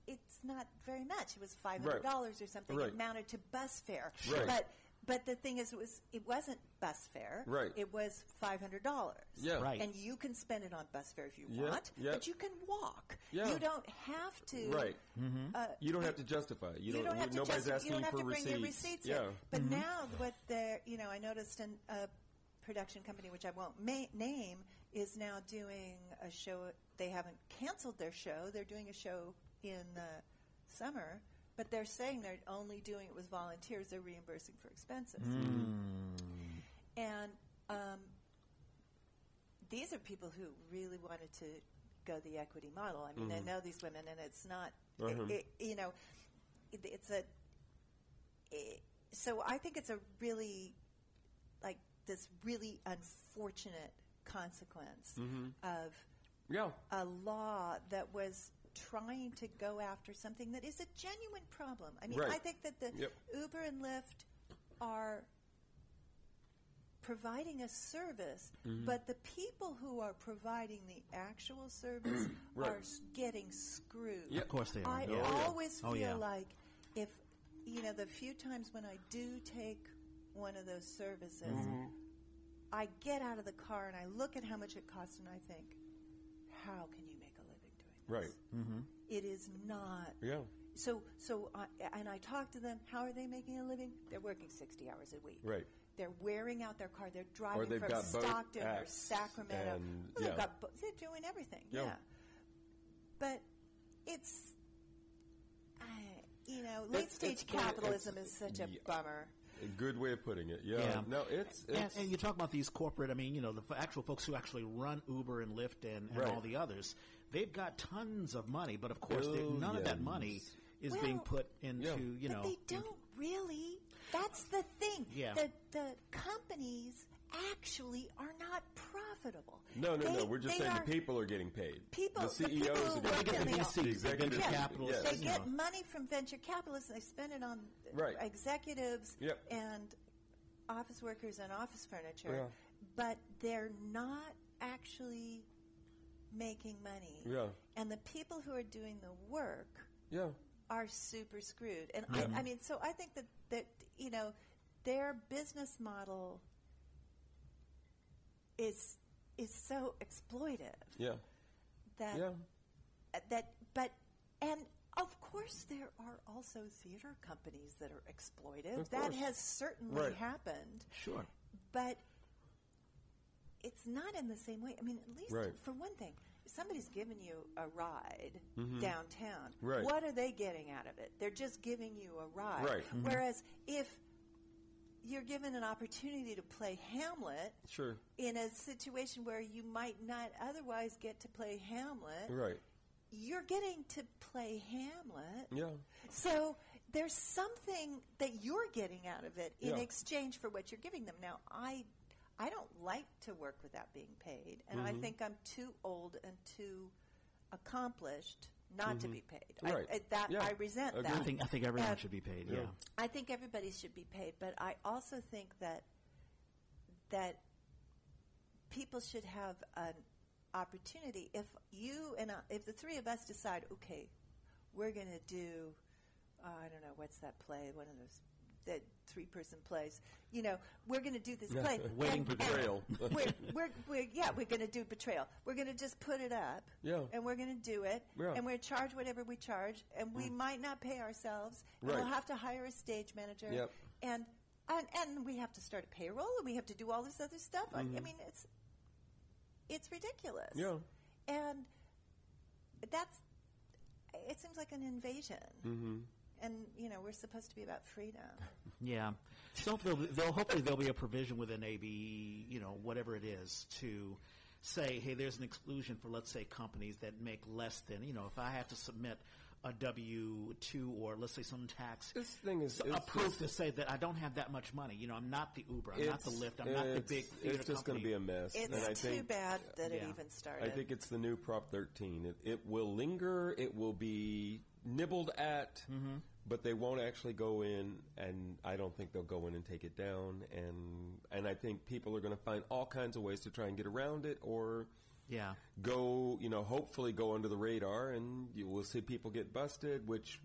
it's not very much it was five
Right.
hundred dollars or something
Right.
it amounted to bus fare
Right.
but but the thing is it was it wasn't bus fare
Right.
it was five hundred dollars
Yeah.
Right.
and you can spend it on bus fare if you
Yeah,
want
yeah.
but you can walk
Yeah.
you don't have to
Right.
uh,
You don't have to justify. it. You,
you
don't.
don't, have to
nobody's
just,
asking
you don't have
for
to bring
receipts.
your receipts.
yeah.
In. But now what they're, you know, I noticed an, a production company which I won't ma- name is now doing a show. They haven't canceled their show. They're doing a show in the summer, but they're saying they're only doing it with volunteers. They're reimbursing for expenses.
Hmm.
And um, these are people who really wanted to go the equity model. I mean,
Mm-hmm.
I know these women, and it's not, i-
Uh-huh.
i- you know, it, it's a. i so I think it's a really, like this really unfortunate consequence
Mm-hmm.
of
Yeah.
a law that was trying to go after something that is a genuine problem. I mean,
Right.
I think that the
Yep.
Uber and Lyft are providing a service,
Mm-hmm.
but the people who are providing the actual service
Right.
are s- getting screwed.
Yep.
Of course they are.
I
yeah.
yeah.
always
Oh,
feel
yeah.
like if you know the few times when I do take one of those services,
Mm-hmm.
I get out of the car and I look at how much it costs and I think, how can you make a living doing this?
Right.
It is not.
Yeah.
So so I, and I talk to them. How are they making a living? They're working sixty hours a week.
Right.
They're wearing out their car. They're driving
they've
from
got both
Stockton or
apps
Sacramento.
and-
Well,
yeah.
They've got bo- they're doing everything.
Yeah.
yeah. But it's, I, you know,
It's-
late stage
it's- well,
capitalism
it's-
is such a
yeah.
bummer.
A good way of putting it. Yeah.
Yeah.
No, it's
And,
it's
and you talk about these corporate, I mean, you know, the f- actual folks who actually run Uber and Lyft and, and
Right.
all the others, they've got tons of money, but of course, they- none of that money
Billions.
is being
Well,
put into,
Yeah.
you know.
but they don't really. That's the thing.
Yeah.
The, the companies actually are not profitable.
no, no,
They-
no. We're just
they
saying
are-
the people are getting paid.
People-
the
the
CEOs are
people who
getting
work in
paid.
the
VCs, the
executives,
venture
yes.
capitalists,
They
you
get
know.
money from venture capitalists. They spend it on
Right.
executives
Yep.
and office workers and office furniture,
Yeah.
but they're not actually making money.
Yeah.
And the people who are doing the work
Yeah.
are super screwed. And I, I mean, so I think that that you know their business model is is so exploitive
Yeah.
that
Yeah.
uh, that but and of course there are also theater companies that are exploitive
Of
that
course.
has certainly
Right.
happened
sure.
but it's not in the same way i mean at least
Right.
for one thing if somebody's giving you a ride downtown
Mm-hmm. Right.
what are they getting out of it they're just giving you a ride
Right. Mhm.
whereas if you're given an opportunity to play hamlet
Sure.
in a situation where you might not otherwise get to play hamlet
Right.
you're getting to play Hamlet.
Yeah.
So there's something that you're getting out of it in
Yeah.
exchange for what you're giving them. Now, I I don't like to work without being paid, and
Mm-hmm.
I think I'm too old and too accomplished not to be paid.
Mm-hmm. Right.
I, I, that
Yeah.
I resent
Agreed.
I
that.
think, I think everyone
And-
should be paid,
Yeah.
yeah.
I think everybody should be paid, but I also think that that people should have an opportunity. If you and I, if the three of us decide, okay, we're going to do, uh, I don't know, what's that play? One of those that three person plays. You know, we're going to do this play.
Waiting
and-
for
and
Betrayal.
we're, we're, we're, yeah, we're going to do betrayal. We're going to just put it up.
Yeah.
And we're going to do it.
Yeah. Mm.
And we're charge whatever we charge, and we might not pay ourselves. and
Right.
We'll have to hire a stage manager.
Yep.
And, and and we have to start a payroll, and we have to do all this other stuff. I- I, mean, it's it's ridiculous.
Mm-hmm. Yeah.
And that's it seems like an invasion. Mm-hmm. And you know, we're supposed to be about freedom.
Yeah. So there'll, be- there'll, hopefully there'll be a provision within AB, you know, whatever it is, to say, hey, there's an exclusion for, let's say, companies that make less than, you know, if I have to submit a W two or let's say some tax
This thing is
so
it's
a proof
just-
to say that I don't have that much money. You know, I'm not the Uber, I'm not the
it's-
Lyft, I'm not the
it's-
big theater
It's just going
company.
to be a mess.
It's
and I
too
think,
bad that it
Yeah.
even started.
I think it's the new Prop 13. It, it will linger. It will be nibbled at. but they won't actually go in, and I don't think they'll go in and take it down. And and I think people are going to find all kinds of ways to try and get around it, or
Yeah.
go, you know, hopefully go under the radar, and you will see people get busted, which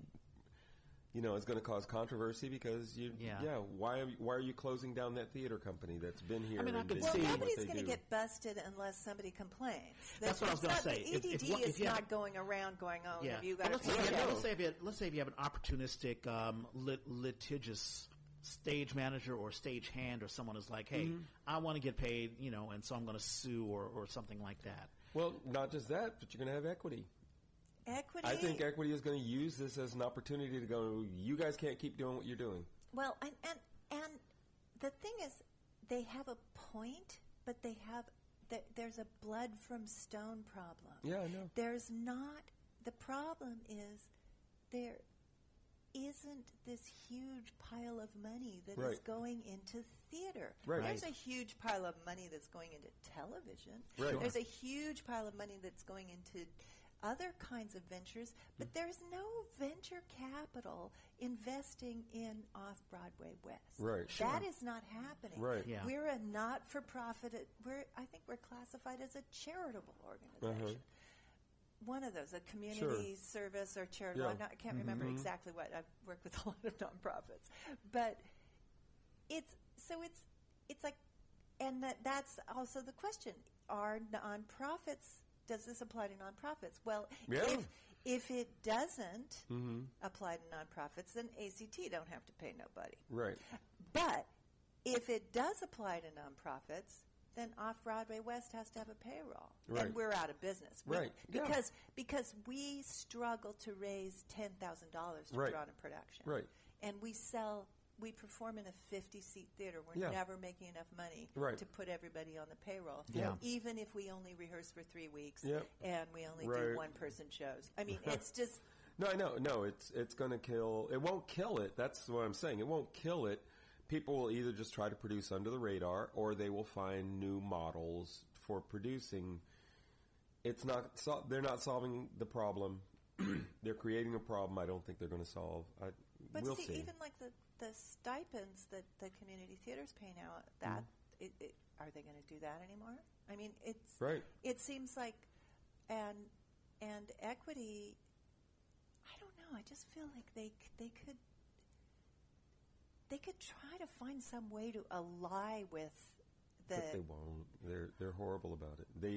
you know is going to cause controversy because you, yeah,
Yeah.
why are you, why are you closing down that theater company that's been here?
I mean, I
and
could
been
see-
Well,
doing what
nobody's
they
going to
do?
get busted unless somebody complains.
That's what I was
not-
gonna say.
The
If-
EDD
if one-
is
if you have-
not going around going, oh,
Yeah.
have you
Well,
got
let's,
a
say, yeah,
ticket?
let's say if you, let's say if you have an opportunistic, um, lit, litigious stage manager or stage hand or someone is like, hey,
Mm-hmm.
I want to get paid, you know, and so I'm going to sue or, or something like that.
Well, not just that, but you're going to have equity.
Equity.
I think equity is going to use this as an opportunity to go. You guys can't keep doing what you're doing.
Well, and, and and the thing is, they have a point, but they have th- there's a blood from stone problem.
Yeah, I know.
There's not the problem is there isn't this huge pile of money that is
Right.
going into theater.
Right.
There's
Right.
a huge pile of money that's going into television.
Right. Sure.
There's a huge pile of money that's going into other kinds of ventures, but there's no venture capital investing in off Broadway West.
Right.
That is not happening.
Right.
Yeah.
We're a not for profit we're I think we're classified as a charitable organization
Uh-huh.
one of those, a community service or charitable.
Yeah. Mm-hmm.
I'm not, I can't remember exactly what. I've worked with a lot of nonprofits, but it's so it's it's like, and that that's also the question: Are nonprofits? Does this apply to nonprofits? Well,
Yeah. Mm-hmm.
if if it doesn't apply to nonprofits, then ACT don't have to pay nobody.
Right.
But if it does apply to nonprofits, then Off Broadway West has to have a payroll,
Right.
and we're out of business. We-
Right, yeah.
Because because we struggle to raise ten thousand dollars to
Right.
put on a production.
Right.
And we sell. We perform in a fifty-seat theater. We're
Yeah.
never making enough money
Right.
to put everybody on the payroll.
Yeah.
Even if we only rehearse for three weeks
Yep.
and we only
Right.
do one-person shows. I mean, it's just
No, I know. No, it's it's going to kill. It won't kill it. That's what I'm saying. It won't kill it. People will either just try to produce under the radar, or they will find new models for producing. It's not. So, they're not solving the problem. they're creating a problem. I don't think they're going to solve. I,
But
we'll see.
see, even like the, the stipends that the community theaters pay now, that it, it, are they going to do that anymore? I mean, it's
Mm-hmm. Right.
It seems like, and and equity. I don't know. I just feel like they c- they could they could try to find some way to ally with the.
but they won't. They're they're horrible about it. They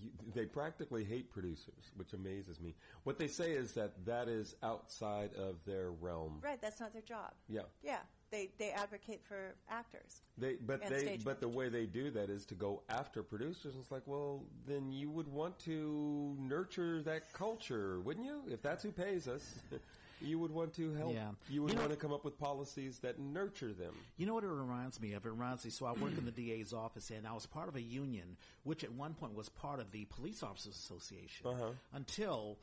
you, they practically hate producers, which amazes me. What they say is that that is outside of their realm.
Right, that's not their job.
Yeah.
Yeah, they they advocate for actors.
They, but
and
they,
stage
but the way they do that is to go after producers. It's like, well, then you would want to nurture that culture, wouldn't you? If that's who pays us, you would want to help.
Yeah.
You would
You know-
want to come up with policies that nurture them.
You know what it reminds me of? It reminds me. So I work in the DA's office, and I was part of a union, which at one point was part of the Police Officers Association, until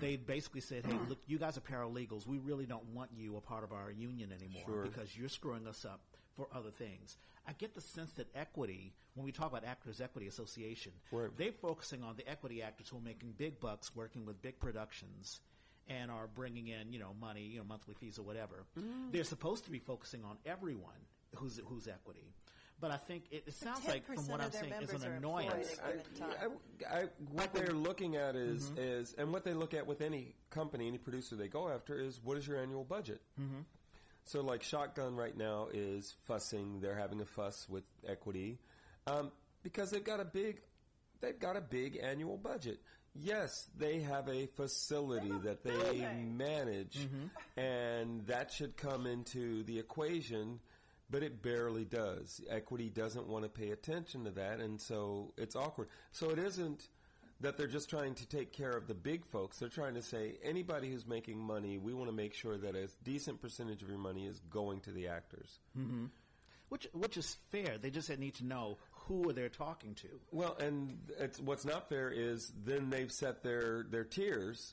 they basically said, "Hey, look, you guys are paralegals. We really don't want you a part of our union anymore because you're screwing us up for other things." I get the sense that equity, when we talk about Actors Equity Association,
Right.
they're focusing on the equity actors who are making big bucks, working with big productions and are bringing in, you know, money, you know, monthly fees or whatever.
Mm.
They're supposed to be focusing on everyone who's who's equity. But I think it, it sounds like from
10%
what
of
I'm
their
saying is
members
an
are
annoyance.
employed. given time.
I- I- what they're looking at is is and what they look at with any company, any producer they go after is what is your annual budget. Mm-hmm. So, like Shotgun right now is fussing. They're having a fuss with equity um, because they've got a big they've got a big annual budget. Yes, they have a facility that they
building.
manage, and that should come into the equation, but it barely does. Equity doesn't want to pay attention to that, and so it's awkward. So it isn't that they're just trying to take care of the big folks. They're trying to say anybody who's making money, we want to make sure that a decent percentage of your money is going to the actors.
Which which is fair. They just need to know who they're talking to.
Well, and it's, what's not fair is then they've set their their tiers,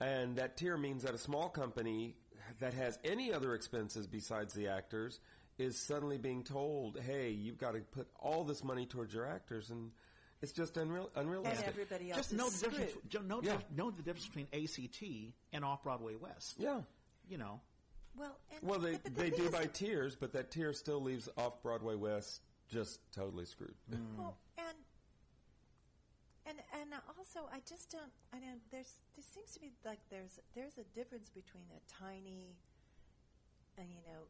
and that tier means that a small company that has any other expenses besides the actors is suddenly being told, "Hey, you've got to put all this money towards your actors," and it's just unreal,
And
unrealistic.
everybody else
Just
is
know the difference.
screwed.
ju- Know,
Yeah.
dif- know the difference between ACT and Off Broadway West.
yeah,
you know,
Well, and
Well, they,
but the
they
thing
do
is-
by tiers, but that tier still leaves off Broadway West just totally screwed.
Mm-hmm.
Well, and and and also, I just don't. I don't. There's there seems to be like there's there's a difference between a tiny, uh, you know,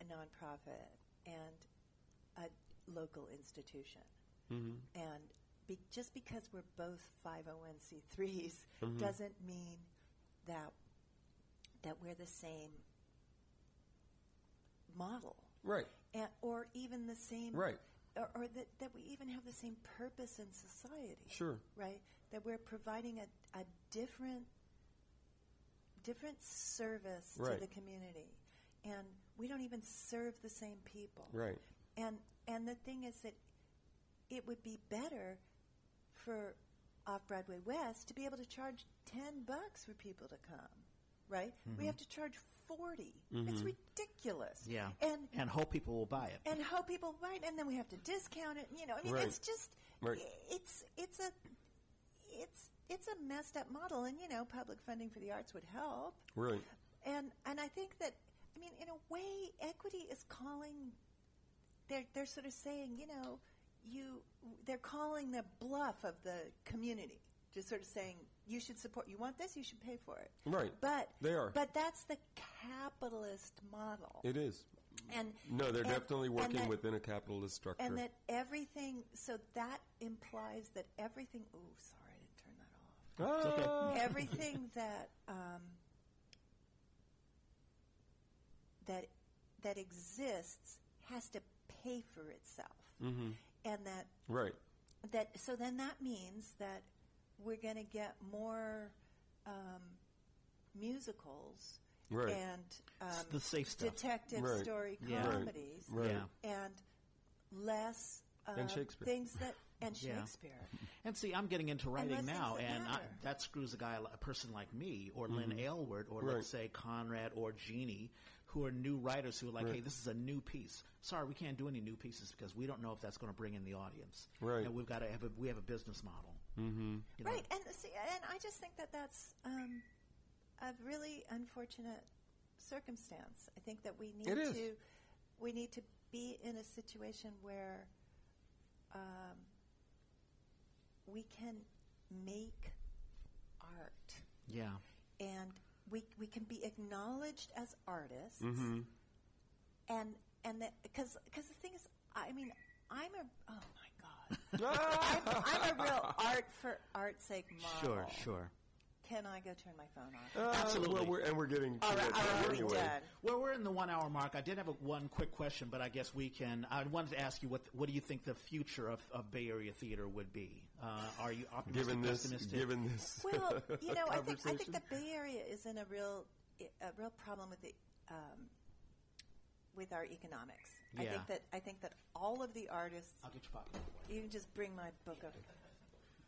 a nonprofit and a local institution,
Mm-hmm.
and be, just because we're both five hundred one c 3s
Mm-hmm.
doesn't mean that that we're the same model
Right.
and, or even the same
Right.
or, or that, that we even have the same purpose in society
Sure.
right that we're providing a, a different different service
Right.
to the community and we don't even serve the same people
Right.
and and the thing is that it would be better for off Broadway West to be able to charge ten bucks for people to come, right? We
Mm-hmm.
have to charge 40 It's ridiculous.
yeah,
and
and hope people will buy it.
and hope people right, and then we have to discount it. You know, I mean,
Right.
it's just
Right.
it's it's a it's it's a messed up model, and you know, public funding for the arts would help,
Right.
and and I think that I mean, in a way, equity is calling. They're they're sort of saying, you know, you they're calling the bluff of the community, just sort of saying you should support. You want this, you should pay for it.
Right.
But
They are.
But that's the capitalist model.
It is.
and
No, they're
and-
definitely
and
working
that-
within a capitalist structure.
and that everything. So that implies that everything. Oh, sorry, I didn't turn that off.
Ah!
everything that um, that that exists has to pay for itself, and that
Right.
that so then that means that we're going to get more um, musicals
Right.
and um,
the safe stuff.
detective
Right.
story
Yeah.
Right.
comedies
Right. Uh,
Yeah.
and less uh,
And Shakespeare.
things that and
Yeah.
Shakespeare.
And see, I'm getting into writing
those
now,
things that
and I,
matter.
that screws a guy, li- a person like me, or Lynn Aylward, or
Mm-hmm. Right.
let's say Conrad or Jeannie, who are new writers who are like, hey, this is a new piece. Sorry, we can't do any new pieces because we don't know if that's going to bring in the audience.
Right. Hmm.
And we've got to have a, we have a business model. Mm-hmm. You know?
Right, and see, and I just think that that's um, a really unfortunate circumstance. I think that we need
It is.
to we need to be in a situation where um, we can make art
Yeah.
and we we can be acknowledged as artists and and that because because the thing is i mean i'm a oh my god I'm, I'm a real art for art's sake model
Sure, sure.
can i go turn my phone on
Ah,
Absolutely.
Well, we're, and we're getting to
All
that
right, all
time
right,
anyway.
done.
Well, we're in the one hour mark. I did have a, one quick question, but I guess we can. I wanted to ask you what what do you think the future of, of Bay Area theater would be? Uh, are you optimistic,
Given this,
pessimistic?
given this,
well you know i think i
Conversation.
think the bay area is in a real a real problem with the um, with our economics i
Yeah.
think that i think that all of the artists
I'll get your popcorn.
You can just bring my book over.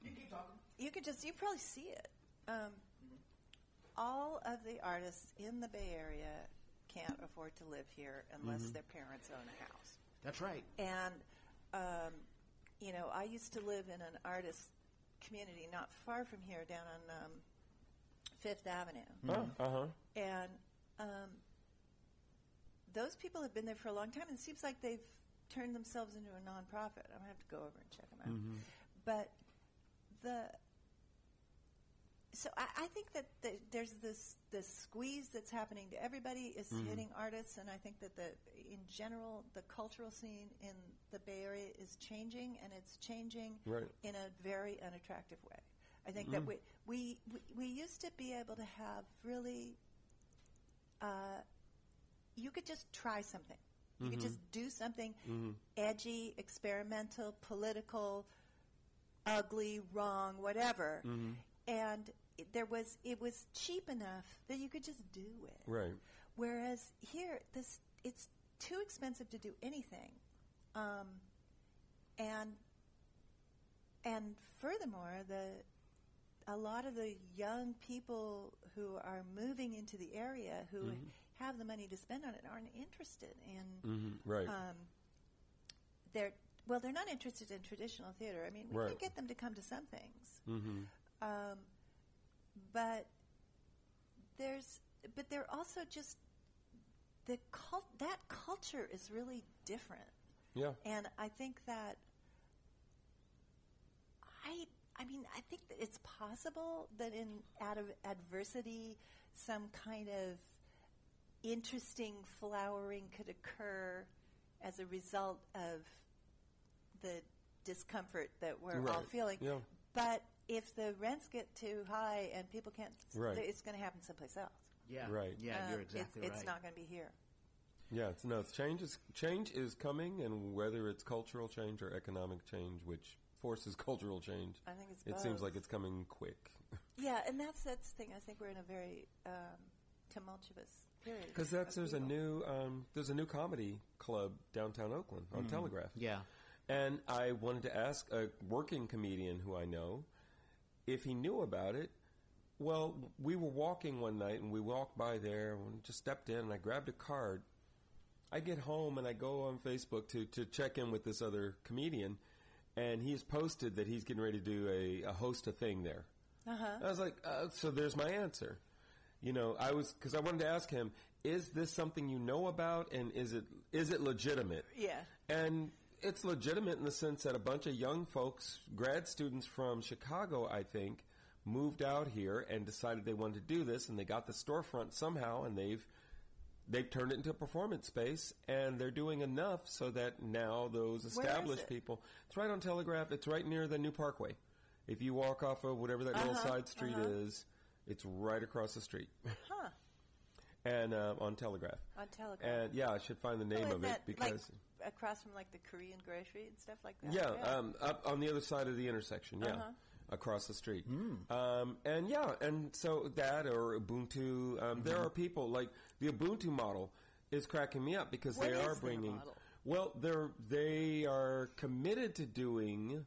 You keep talking.
You could just, you probably see it. Um, all of the artists in the Bay Area can't afford to live here unless their parents own a house.
That's right.
And, um, you know, I used to live in an artist community not far from here down on um, Fifth Avenue.
uh huh.
And um, those people have been there for a long time, and it seems like they've turned themselves into a nonprofit. I'm gonna have to go over and check them out. But the so I, I think that the, there's this this squeeze that's happening to everybody is hitting artists, and I think that the in general the cultural scene in the Bay Area is changing, and it's changing
Right.
in a very unattractive way. I think that we, we we we used to be able to have really you could just try something. You could just do something edgy, experimental, political, ugly, wrong, whatever. And it- there was it was cheap enough that you could just do it.
Right.
Whereas here, this it's too expensive to do anything, um, and and furthermore, the a lot of the young people who are moving into the area who have the money to spend on it aren't interested in
Right.
um, their well, they're not interested in traditional theater. I mean, we
Right.
can get them to come to some things, um, but there's but they're also just the cult. That culture is really different,
Yeah.
and I think that I. I mean, I think that it's possible that in out of adversity, some kind of interesting flowering could occur as a result of the discomfort that we're all
Right,
feeling.
yeah.
But if the rents get too high and people can't,
Right.
it's going to happen someplace else.
Yeah.
Right.
Yeah,
Um,
you're
it's-
exactly
it's,
right.
not going to be here.
Yeah, it's nuts. Change is change is coming, and whether it's cultural change or economic change, which forces cultural change,
I think it's
it seems
both.
like it's coming quick.
Yeah, and that's that's the thing. I think we're in a very um, tumultuous period.
Because that's
of
there's a
people.
new um, there's a new comedy club downtown Oakland on Telegraph.
yeah.
And I wanted to ask a working comedian who I know if he knew about it. Well, we were walking one night and we walked by there and just stepped in and I grabbed a card. I get home and I go on Facebook to, to check in with this other comedian and he's posted that he's getting ready to do a, a host a thing there. I was like, uh, so there's my answer. You know, I was because I wanted to ask him, is this something you know about, and is it is it legitimate?
Yeah.
And it's legitimate in the sense that a bunch of young folks, grad students from Chicago, I think, moved out here and decided they wanted to do this, and they got the storefront somehow, and they've they've turned it into a performance space, and they're doing enough so that now those established
it?
people. It's right on Telegraph. It's right near the new Parkway. If you walk off of whatever that
Uh-huh,
little side street is, it's right across the street.
Huh.
And uh, on Telegraph.
On Telegraph.
And yeah, I should find the
Oh,
name
isn't
of it
that,
because.
like, across from like the Korean grocery and stuff like that. Uh-huh.
Yeah, Um, up on the other side of the intersection. Yeah, across the street. Um, and yeah, and so that or Ubuntu. Um, There are people like the Ubuntu model is cracking me up because
What
they
is
are
their
bringing.
model?
Well, they're they are committed to doing.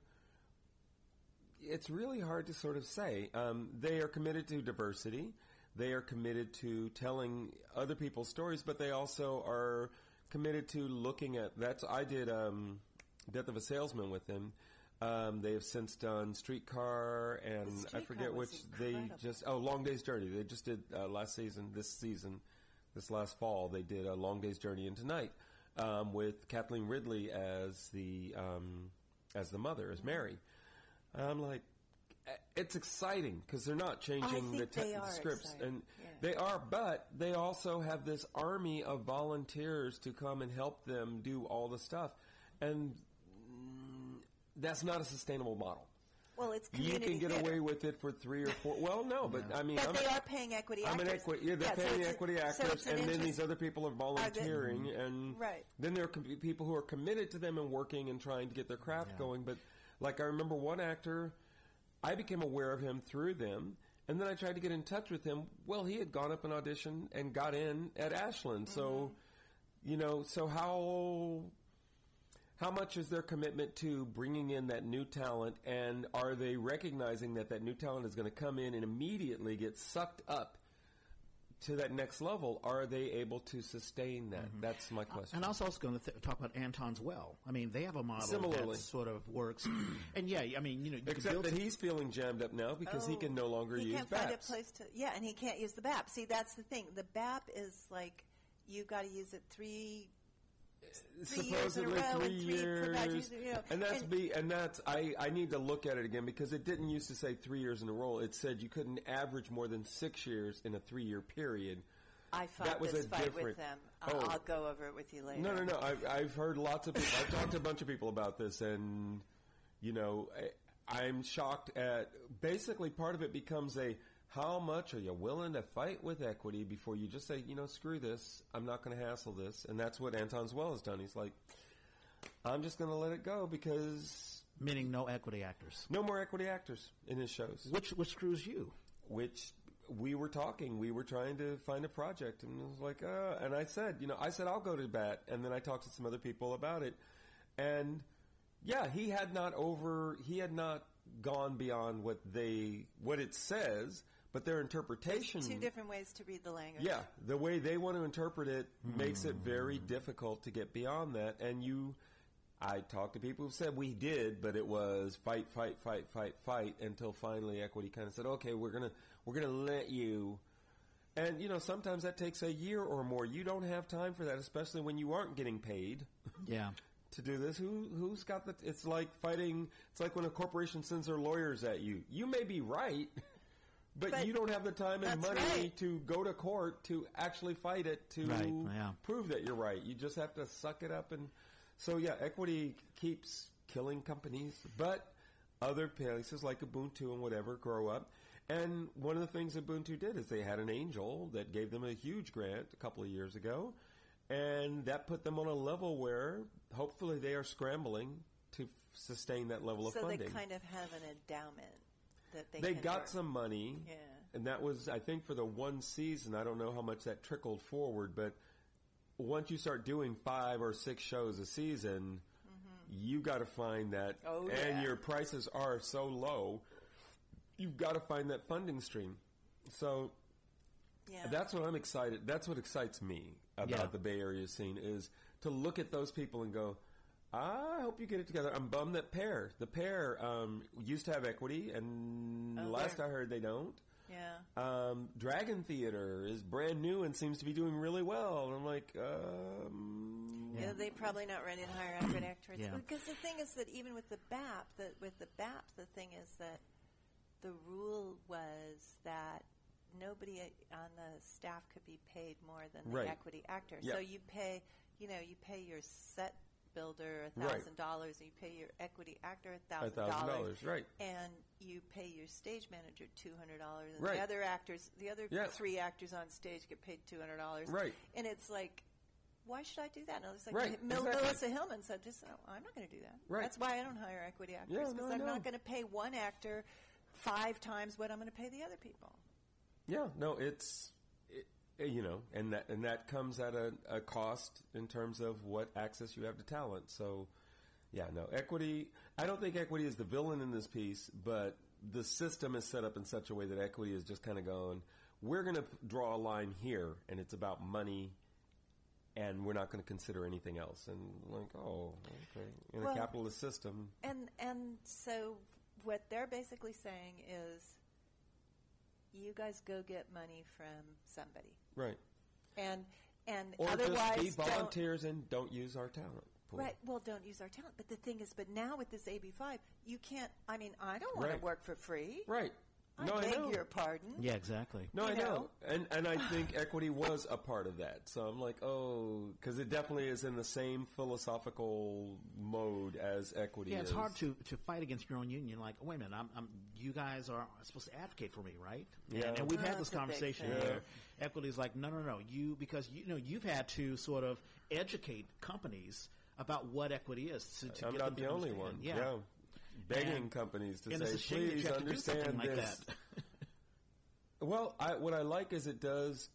It's really hard to sort of say. Um, they are committed to diversity. They are committed to telling other people's stories, but they also are committed to looking at. That's I did um, "Death of a Salesman" with them. Um, they have since done "Streetcar" and I
Streetcar
forget
was
which
incredible.
they just. Oh, "Long Day's Journey." They just did uh, last season. This season, this last fall, they did a "Long Day's Journey into Night" um, with Kathleen Ridley as the um, as the mother as Mary. I'm like, eh, it's exciting because they're not changing the,
think
te-
they
the
are
scripts,
exciting.
and
Yeah.
they are. But they also have this army of volunteers to come and help them do all the stuff, and mm, that's not a sustainable model.
Well, it's
You
community
can get
theater.
away with it for three or four. Well, no, but I mean,
But
I'm,
they are paying equity
I'm
actors.
an equity. Yeah, they're
so
paying
it's a-
equity
so
actors,
it's an
and then
interest-
these other people are volunteering, and
Right.
then there are com- people who are committed to them and working and trying to get their craft going. But like I remember one actor, I became aware of him through them, and then I tried to get in touch with him. Well, he had gone up an audition and got in at Ashland,
Mm-hmm.
so you know, so how how much is their commitment to bringing in that new talent, and are they recognizing that that new talent is going to come in and immediately get sucked up to that next level? Are they able to sustain that?
Mm-hmm.
That's
Uh,
my question.
And I was also going to th- talk about Anton's well. I mean, they have a model
Similarly.
that sort of works. and yeah, I mean, you know, you can
Except
build
that he's feeling jammed up now because he
Oh.
can no longer
he
use
can't find a
bats.
place to yeah and he can't use the bap see that's the thing the bap is like you got to use it three three years in a
Supposedly
row
three
and three
years,
productions, you know,
and that's
and-
be and that's I I need to look at it again because it didn't used to say three years in a row. It said you couldn't average more than six years in a three year period.
i fought
That was
this
a
fight
different-
with them I'll,
Oh.
I'll go over it with you later
No, no, no. I've, I've heard lots of people. I've talked to a bunch of people about this, and you know, I, I'm shocked at. Basically, part of it becomes a how much are you willing to fight with equity before you just say, you know, screw this. I'm not going to hassle this, and that's what Anton's well has done. He's like, I'm just going to let it go because
meaning no equity actors,
no more equity actors in his shows
which which screws you.
which we were talking. We were trying to find a project, and it was like, uh, and I said, you know, I said I'll go to bat, and then I talked to some other people about it, and yeah, he had not over, he had not gone beyond what they what it says, but their interpretation
two different ways to read the language
yeah, the way they want to interpret it makes it very difficult to get beyond that. And you, I talked to people who said we did, but it was fight, fight, fight, fight, fight until finally equity kind of said, okay, we're gonna we're gonna let you And you know, sometimes that takes a year or more. You don't have time for that, especially when you aren't getting paid
Yeah.
to do this. Who who's got the? It's like fighting. It's like when a corporation sends their lawyers at you. You may be right, but,
But
you don't have the time and
that's
money
right.
to go to court to actually fight it to
Right, yeah.
prove that you're right. You just have to suck it up and. So yeah, equity keeps killing companies, but other places like Ubuntu and whatever grow up. And one of the things Ubuntu did is they had an angel that gave them a huge grant a couple of years ago, and that put them on a level where hopefully they are scrambling to f- sustain that level of
so
funding.
they kind of have an endowment that they
They
can
got
work.
some money,
Yeah.
and that was I think for the one season. I don't know how much that trickled forward, but once you start doing five or six shows a season, you got to find that,
Mm-hmm. Oh,
and
yeah.
your prices are so low, you've got to find that funding stream. So
Yeah.
that's what I'm excited. That's what excites me about
Yeah.
the Bay Area scene is to look at those people and go, I hope you get it together. I'm bummed that Pear, the Pear, um, used to have equity, and
Oh,
last
yeah.
I heard, they don't.
yeah.
Um, Dragon Theater is brand new and seems to be doing really well. And I'm like, um,
Yeah, they're probably not ready to hire accurate actors.
Yeah.
Because the thing is that even with the BAP, the, with the BAP, the thing is that the rule was that nobody a- on the staff could be paid more than the
Right.
equity actor.
Yeah.
So you pay, you know, you pay your set builder a
Right.
thousand dollars, and you pay your equity actor a
a
thousand
thousand
dollars.
dollars, right?
And you pay your stage manager two hundred dollars, and
Right.
the other actors, the other
Yeah.
three actors on stage get paid two hundred dollars,
Right.
And it's like, why should I do that? And I was like,
Right,
Mel-
exactly.
Melissa Hillman said, "Just oh, I'm not going to do that.
Right.
That's why I don't hire equity actors
Yeah,
because
no, I
I'm
know.
not going to pay one actor five times what I'm going to pay the other people."
Yeah, no, it's it, eh, you know, and that and that comes at a, a cost in terms of what access you have to talent. So, yeah, no equity. I don't think equity is the villain in this piece, but the system is set up in such a way that equity is just kind of going. We're going to draw a line here, and it's about money, and we're not going to consider anything else. And like, oh, okay, in
Well-
a capitalist system,
And and so what they're basically saying is, you guys go get money from somebody,
right?
and and
Or
otherwise
just be
don't-
volunteers and don't use our talent. pool.
Right. Well, don't use our talent. But the thing is, but now with this AB5, you can't. I mean, I don't want
Right.
to work for free.
Right.
I
no,
beg
I know.
your pardon.
Yeah, exactly.
No,
you
I know.
know?
and and I think equity was a part of that. So I'm like, oh, because it definitely is in the same philosophical mode as equity.
Yeah, it's
is.
hard to, to fight against your own union. Like, wait a minute, I'm, I'm you guys are supposed to advocate for me, right? And-
Yeah.
And, we've had
That's
this
a big
conversation.
thing.
Where Equity is like, no, no, no, you because you know you've had to sort of educate companies about what equity is to, to
I'm
get
not
them
the
to
only one.
understand.
Yeah. Begging
And-
companies to
and
say,
it's a shame that
please
you have to do
understand
something like
this.
that.
Well, I, what I like is it does.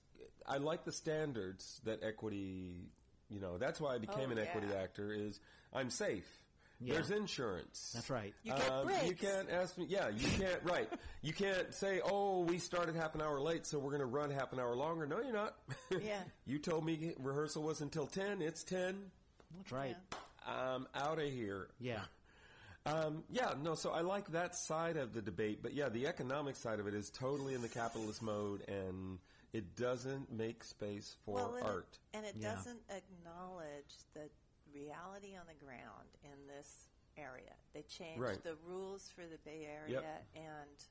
I like the standards that equity. You know, that's why I became
Oh,
an equity
yeah.
actor. Is I'm safe.
Yeah.
There's insurance.
That's right.
You get
Um, you
breaks.
can't ask me. Yeah, you can't. right. You can't say, "Oh, we started half an hour late, so we're going to run half an hour longer." No, you're not.
Yeah.
you told me rehearsal was until ten. It's ten.
That's right.
I'm out of here.
Yeah.
Um, yeah, no, so I like that side of the debate, but yeah, the economic side of it is totally in the capitalist mode and it doesn't make space for
and it-
art.
and it
Yeah.
doesn't acknowledge the reality on the ground in this area. They changed
Right.
the rules for the Bay Area, and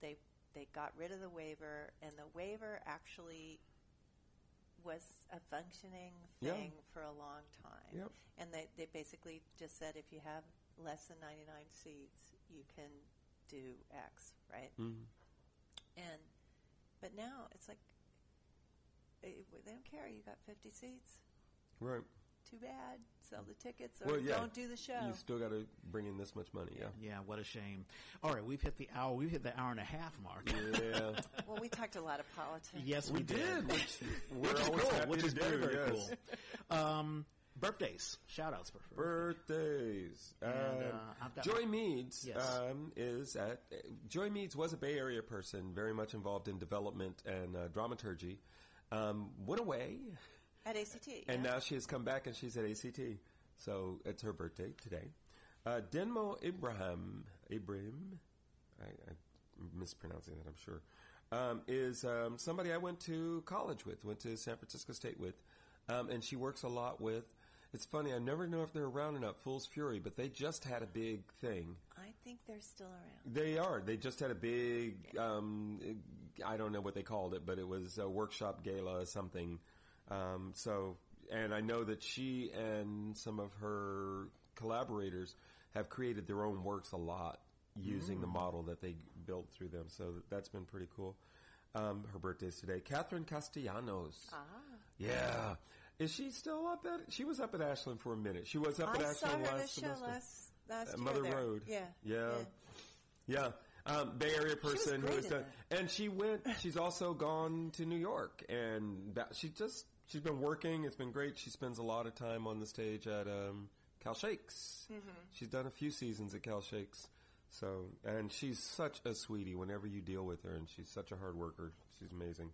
they they got rid of the waiver, and the waiver actually was a functioning
Yeah.
thing for a long time.
Yep.
And they, they basically just said if you have less than 99 seats, you can do X, right?
Mm-hmm.
And but now it's like eh, w- they don't care. You got 50 seats.
Right.
Too bad. Sell the tickets or
Well, yeah.
don't do the show.
You still got to bring in this much money, yeah.
Yeah, what a shame. All right, we've hit the hour. We've hit the hour and a half mark.
Yeah.
well, we talked a lot of politics.
Yes, we,
we did. Which, we're
Which is
always
cool,
happy
Oh, which
to
is very,
do,
very
yes.
cool. Um, birthdays. Shout outs for
Birthdays.
uh,
Um,
I've got
Joy Meads
Yes.
um, is at. uh, Joy Meads was a Bay Area person, very much involved in development and uh, dramaturgy. Um, went away,
At ACT.
and
yeah.
now she has come back and she's at ACT. So it's her birthday today. Uh, Denmo Ibrahim. Ibrahim? I, I'm mispronouncing that, I'm sure. um, is um, somebody I went to college with, went to San Francisco State with, um, and she works a lot with. It's funny, I never know if they're around or not, Fool's Fury, but they just had a big thing.
I think they're still around.
They are. They just had a big, um, I don't know what they called it, but it was a workshop gala or something. Um, so, and I know that she and some of her collaborators have created their own works a lot using
Mm.
the model that they built through them. So that's been pretty cool. Um, her birthday's today. Catherine Castellanos. Ah. Yeah. Is she still up at, she was up at Ashland for a minute. She was up at
I saw
Ashland
her at the
last
show
semester.
last last
At
year
Mother
there.
Road.
Yeah.
Yeah. Yeah. Um, Bay Area
was
person who
great
has
at
done, and she went, she's also gone to New York and that, she just, she's been working. It's been great. She spends a lot of time on the stage at, um, Cal Shakes.
Mm-hmm.
She's done a few seasons at Cal Shakes. So, and she's such a sweetie whenever you deal with her and she's such a hard worker. She's amazing.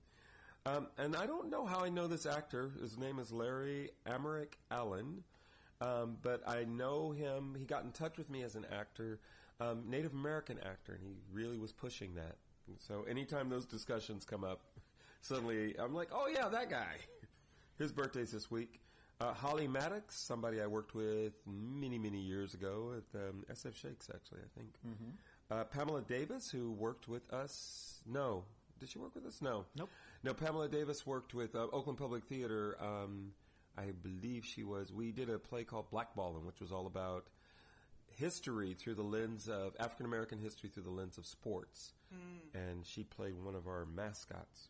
Um, and I don't know how I know this actor. His name is Larry Amaric Allen. Um, but I know him. He got in touch with me as an actor, um, Native American actor, and he really was pushing that. And so anytime those discussions come up, suddenly I'm like, oh yeah, that guy. His birthday's this week. Uh, Holly Maddox, somebody I worked with many, many years ago at um, SF Shakes, actually, I think. Uh, Pamela Davis, who worked with us. No. Did she work with us? No.
Nope.
No, Pamela Davis worked with uh, Oakland Public Theater. Um, I believe she was. We did a play called Blackballing, which was all about history through the lens of African American history through the lens of sports. And she played one of our mascots,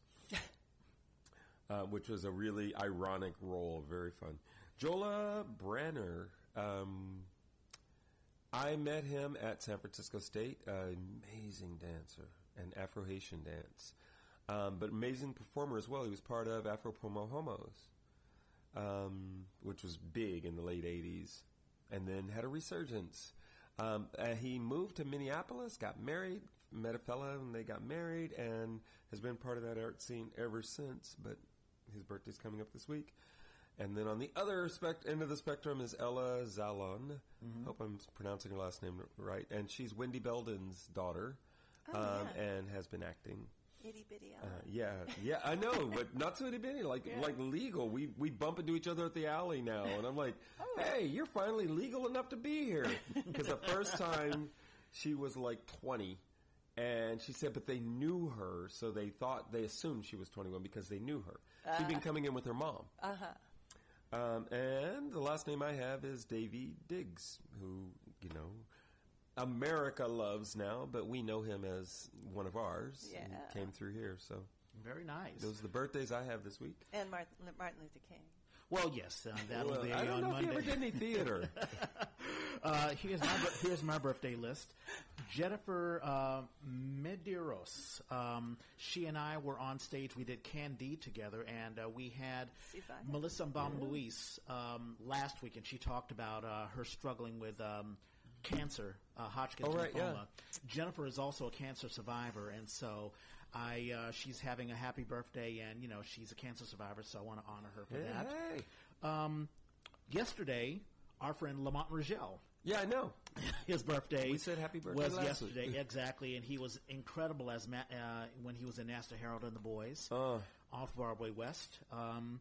uh, which was a really ironic role. Very fun. Jola Branner. Um, I met him at San Francisco State. An amazing dancer, an Afro Haitian dance, um, but amazing performer as well. He was part of Afro Pomo Homos, um, which was big in the late '80s, and then had a resurgence. Um, uh, he moved to Minneapolis, got married, met a fella, and they got married, and has been part of that art scene ever since. But his birthday's coming up this week. And then on the other spect- end of the spectrum is Ella Zalon. Hope I'm pronouncing her last name right. And she's Wendy Belden's daughter, um,
yeah.
and has been acting.
Itty bitty.
Uh,
Ella.
yeah, yeah, I know, but not so itty bitty. Like like legal. We we bump into each other at the alley now, and I'm like, hey, you're finally legal enough to be here. Because the first time she was like 20, and she said, but they knew her, so they thought they assumed she was 21 because they knew her. She'd been coming in with her mom. Um, and the last name I have is Davy Diggs, who, you know, America loves now, but we know him as one of ours. He
Yeah.
came through here. So
Very nice.
those are the birthdays I have this week.
and Martin, Martin Luther King.
well, yes, uh, that'll
Well,
be
I don't
on
know if you
Monday.
ever did any theater.
Uh, here's my bir- here's my birthday list. Jennifer uh, Medeiros. Um, she and I were on stage. We did Candide together, and uh, we had
See if I have-
Melissa Mbambuis um, last week, and she talked about uh, her struggling with um, cancer, uh, Hodgkin's
Oh, right,
lymphoma.
yeah.
Jennifer is also a cancer survivor, and so. I uh, she's having a happy birthday, and you know she's a cancer survivor, so I want to honor her for that.
hey.
Yesterday, our friend Lamont Rigel
Yeah, I know.
his birthday.
We said happy birthday
was
last week.
yesterday exactly, and he was incredible as Ma- uh, when he was in Nasta Herald and the Boys
Oh.
off Broadway West. Um,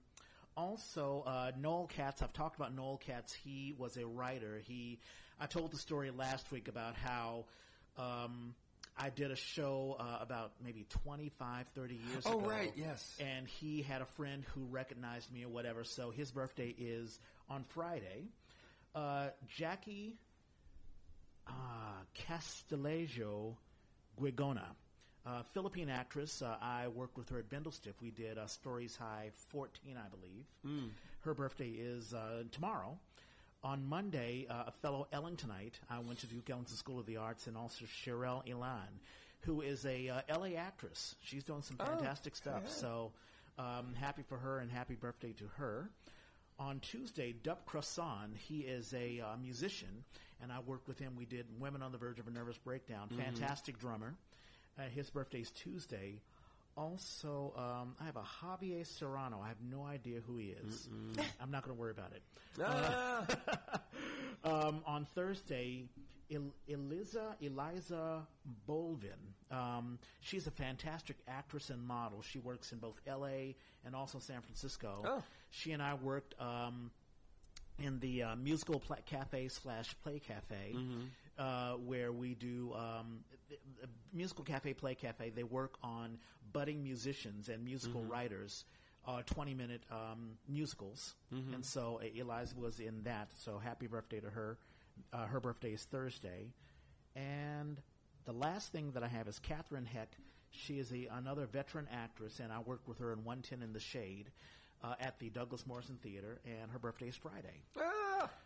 also, uh, Noel Katz. I've talked about Noel Katz. He was a writer. He, I told the story last week about how. Um, I did a show uh, about maybe 25, 30 years
Oh,
ago.
right, yes.
And he had a friend who recognized me or whatever. So his birthday is on Friday. Uh, Jackie Ah, Castellajo Guigona, uh, Philippine actress. Uh, I worked with her at Bendelstiff. We did uh, Stories High 14, I believe. Her birthday is uh, tomorrow. On Monday, uh, a fellow Ellingtonite, I went to Duke Ellington School of the Arts, and also Sherelle Elan, who is a uh, LA actress. She's doing some fantastic stuff. So um, happy for her and happy birthday to her. On Tuesday, Dup Croissant, he is a uh, musician, and I worked with him. We did Women on the Verge of a Nervous Breakdown. Fantastic drummer. Uh, his birthday's Tuesday. Also, um, I have a Javier Serrano. I have no idea who he is. Uh-huh. I'm not going to worry about it.
Ah.
Um, on Thursday, El- Eliza Eliza Bolvin. Um, she's a fantastic actress and model. She works in both L.A. and also San Francisco.
Oh.
She and I worked um, in the uh, musical pla cafe slash play cafe, uh, where we do um, th- th- musical cafe play cafe. They work on budding musicians and musical writers. Uh, 20 minute um, musicals. And so uh, Eliza was in that. So happy birthday to her. Uh, her birthday is Thursday. And the last thing that I have is Catherine Heck. She is a, another veteran actress, and I worked with her in 110 in the Shade uh, at the Douglas Morrison Theater, and her birthday is Friday.
Ah,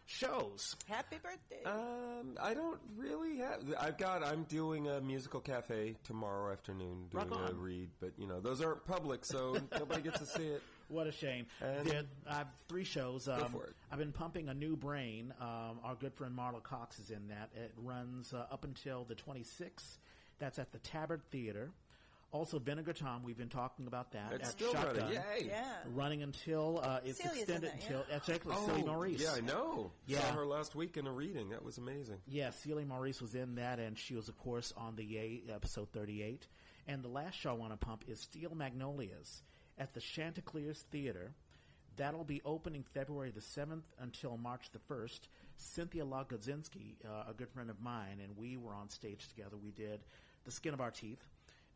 Shows.
Happy birthday.
um, I don't really have. I've got. I'm doing a musical cafe tomorrow afternoon, doing
Rock
a
on.
read. But you know, those aren't public, so nobody gets to see it.
What a shame.
And-
There- I have three shows. Um,
for it.
I've been pumping a new brain. Um, our good friend Marla Cox is in that. It runs uh, up until the 26th. That's at the Tabard Theater. Also, Vinegar Tom. We've been talking about that.
It's
at
still
Shotgun.
running. Yay!
yeah.
running until uh, it's
Celia's in
extended
that, yeah.
until that's actually
Oh,
Celia Maurice.
yeah, I know.
Yeah.
Saw her last week in a reading. That was amazing.
Yeah, Celia Maurice was in that, and she was, of course, on the Yay episode 38. And the last show I want to pump is Steel Magnolias at the Chanticleers Theater. That'll be opening February the 7th until March the 1st. Cynthia Logodzinski, uh, a good friend of mine, and we were on stage together. We did The Skin of Our Teeth.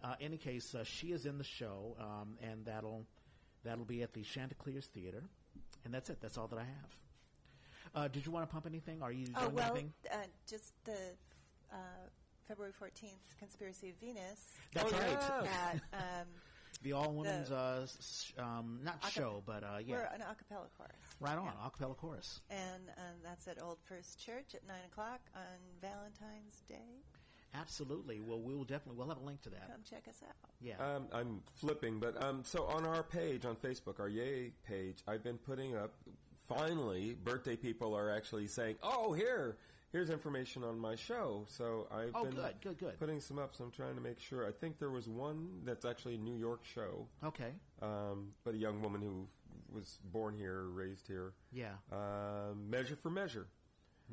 Uh, any case, uh, she is in the show, um, and that'll that'll be at the Chanticleers Theater. And that's it. That's all that I have. Uh, did you want to pump anything? Are you doing
Oh well,
anything?
uh, just the uh, February fourteenth conspiracy of Venus
That's
Oh,
right.
yeah.
at um,
The all women's, uh, s- um, not show, but uh, yeah,
we're an a cappella chorus,
right on, acapella chorus.
and um, that's at Old First Church at nine o'clock on Valentine's Day.
Absolutely. Well, we will definitely we'll have a link to that.
Come check us out.
Yeah.
Um, I'm flipping, but um, so on our page on Facebook, our Yay page, I've been putting up. Finally, birthday people are actually saying, "Oh, here, here's information on my show." So I've
Oh,
been
good, good, good.
putting some up. So I'm trying to make sure. I think there was one that's actually a New York show,
okay.
um, but a young woman who was born here, raised here.
Yeah.
Um, measure for measure.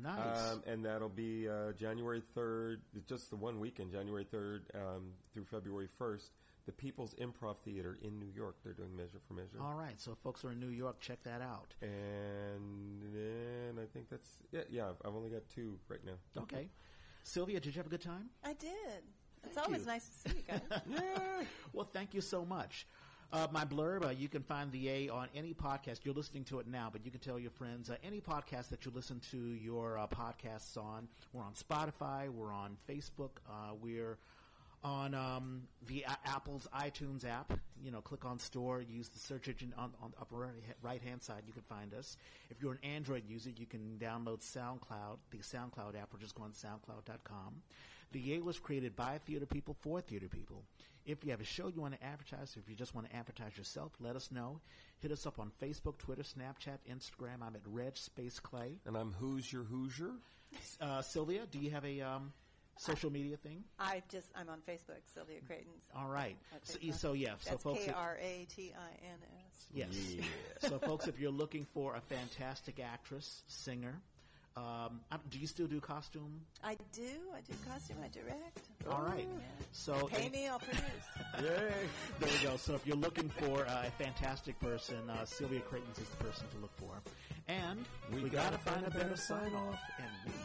Nice.
Um, and that'll be uh, January 3rd, just the one weekend, January 3rd um, through February 1st, the People's Improv Theater in New York. They're doing Measure for Measure.
All right. So, if folks are in New York, check that out.
And then I think that's it. Yeah, I've- I've only got two right now.
Okay. Sylvia, did you have a good time?
I did. It's always
you.
nice to see you guys.
Yay!
Well, thank you so much. Uh, my blurb, uh, you can find the A on any podcast. You're listening to it now, but you can tell your friends uh, any podcast that you listen to your uh, podcasts on. We're on Spotify, we're on Facebook, uh, we're on um, the A- Apple's iTunes app. You know, click on store, use the search engine on, on the upper right hand side. You can find us. If you're an Android user, you can download SoundCloud, the SoundCloud app, or just go on SoundCloud.com. The Yay was created by theater people for theater people. If you have a show you want to advertise, if you just want to advertise yourself, let us know. Hit us up on Facebook, Twitter, Snapchat, Instagram. I'm at Reg Space Clay.
And I'm Who's Your Hoosier?
Uh, Sylvia, do you have a um, social media thing?
I just I'm on Facebook, Sylvia Creighton.
All right.
At
Oh, So,
Facebook.
so yeah. So
That's
folks,
K R A T I N S.
Yes.
Yeah.
so, folks, if you're looking for a fantastic actress, singer, um, I- do you still do costume?
I do. I do costume. I direct.
All right. So
Oh, Pay
if-
me. I'll produce.
Yay!
there you go. So if you're looking for uh, a fantastic person, uh, Sylvia Creighton's is the person to look for. And
We gotta find a better sign-off.
and we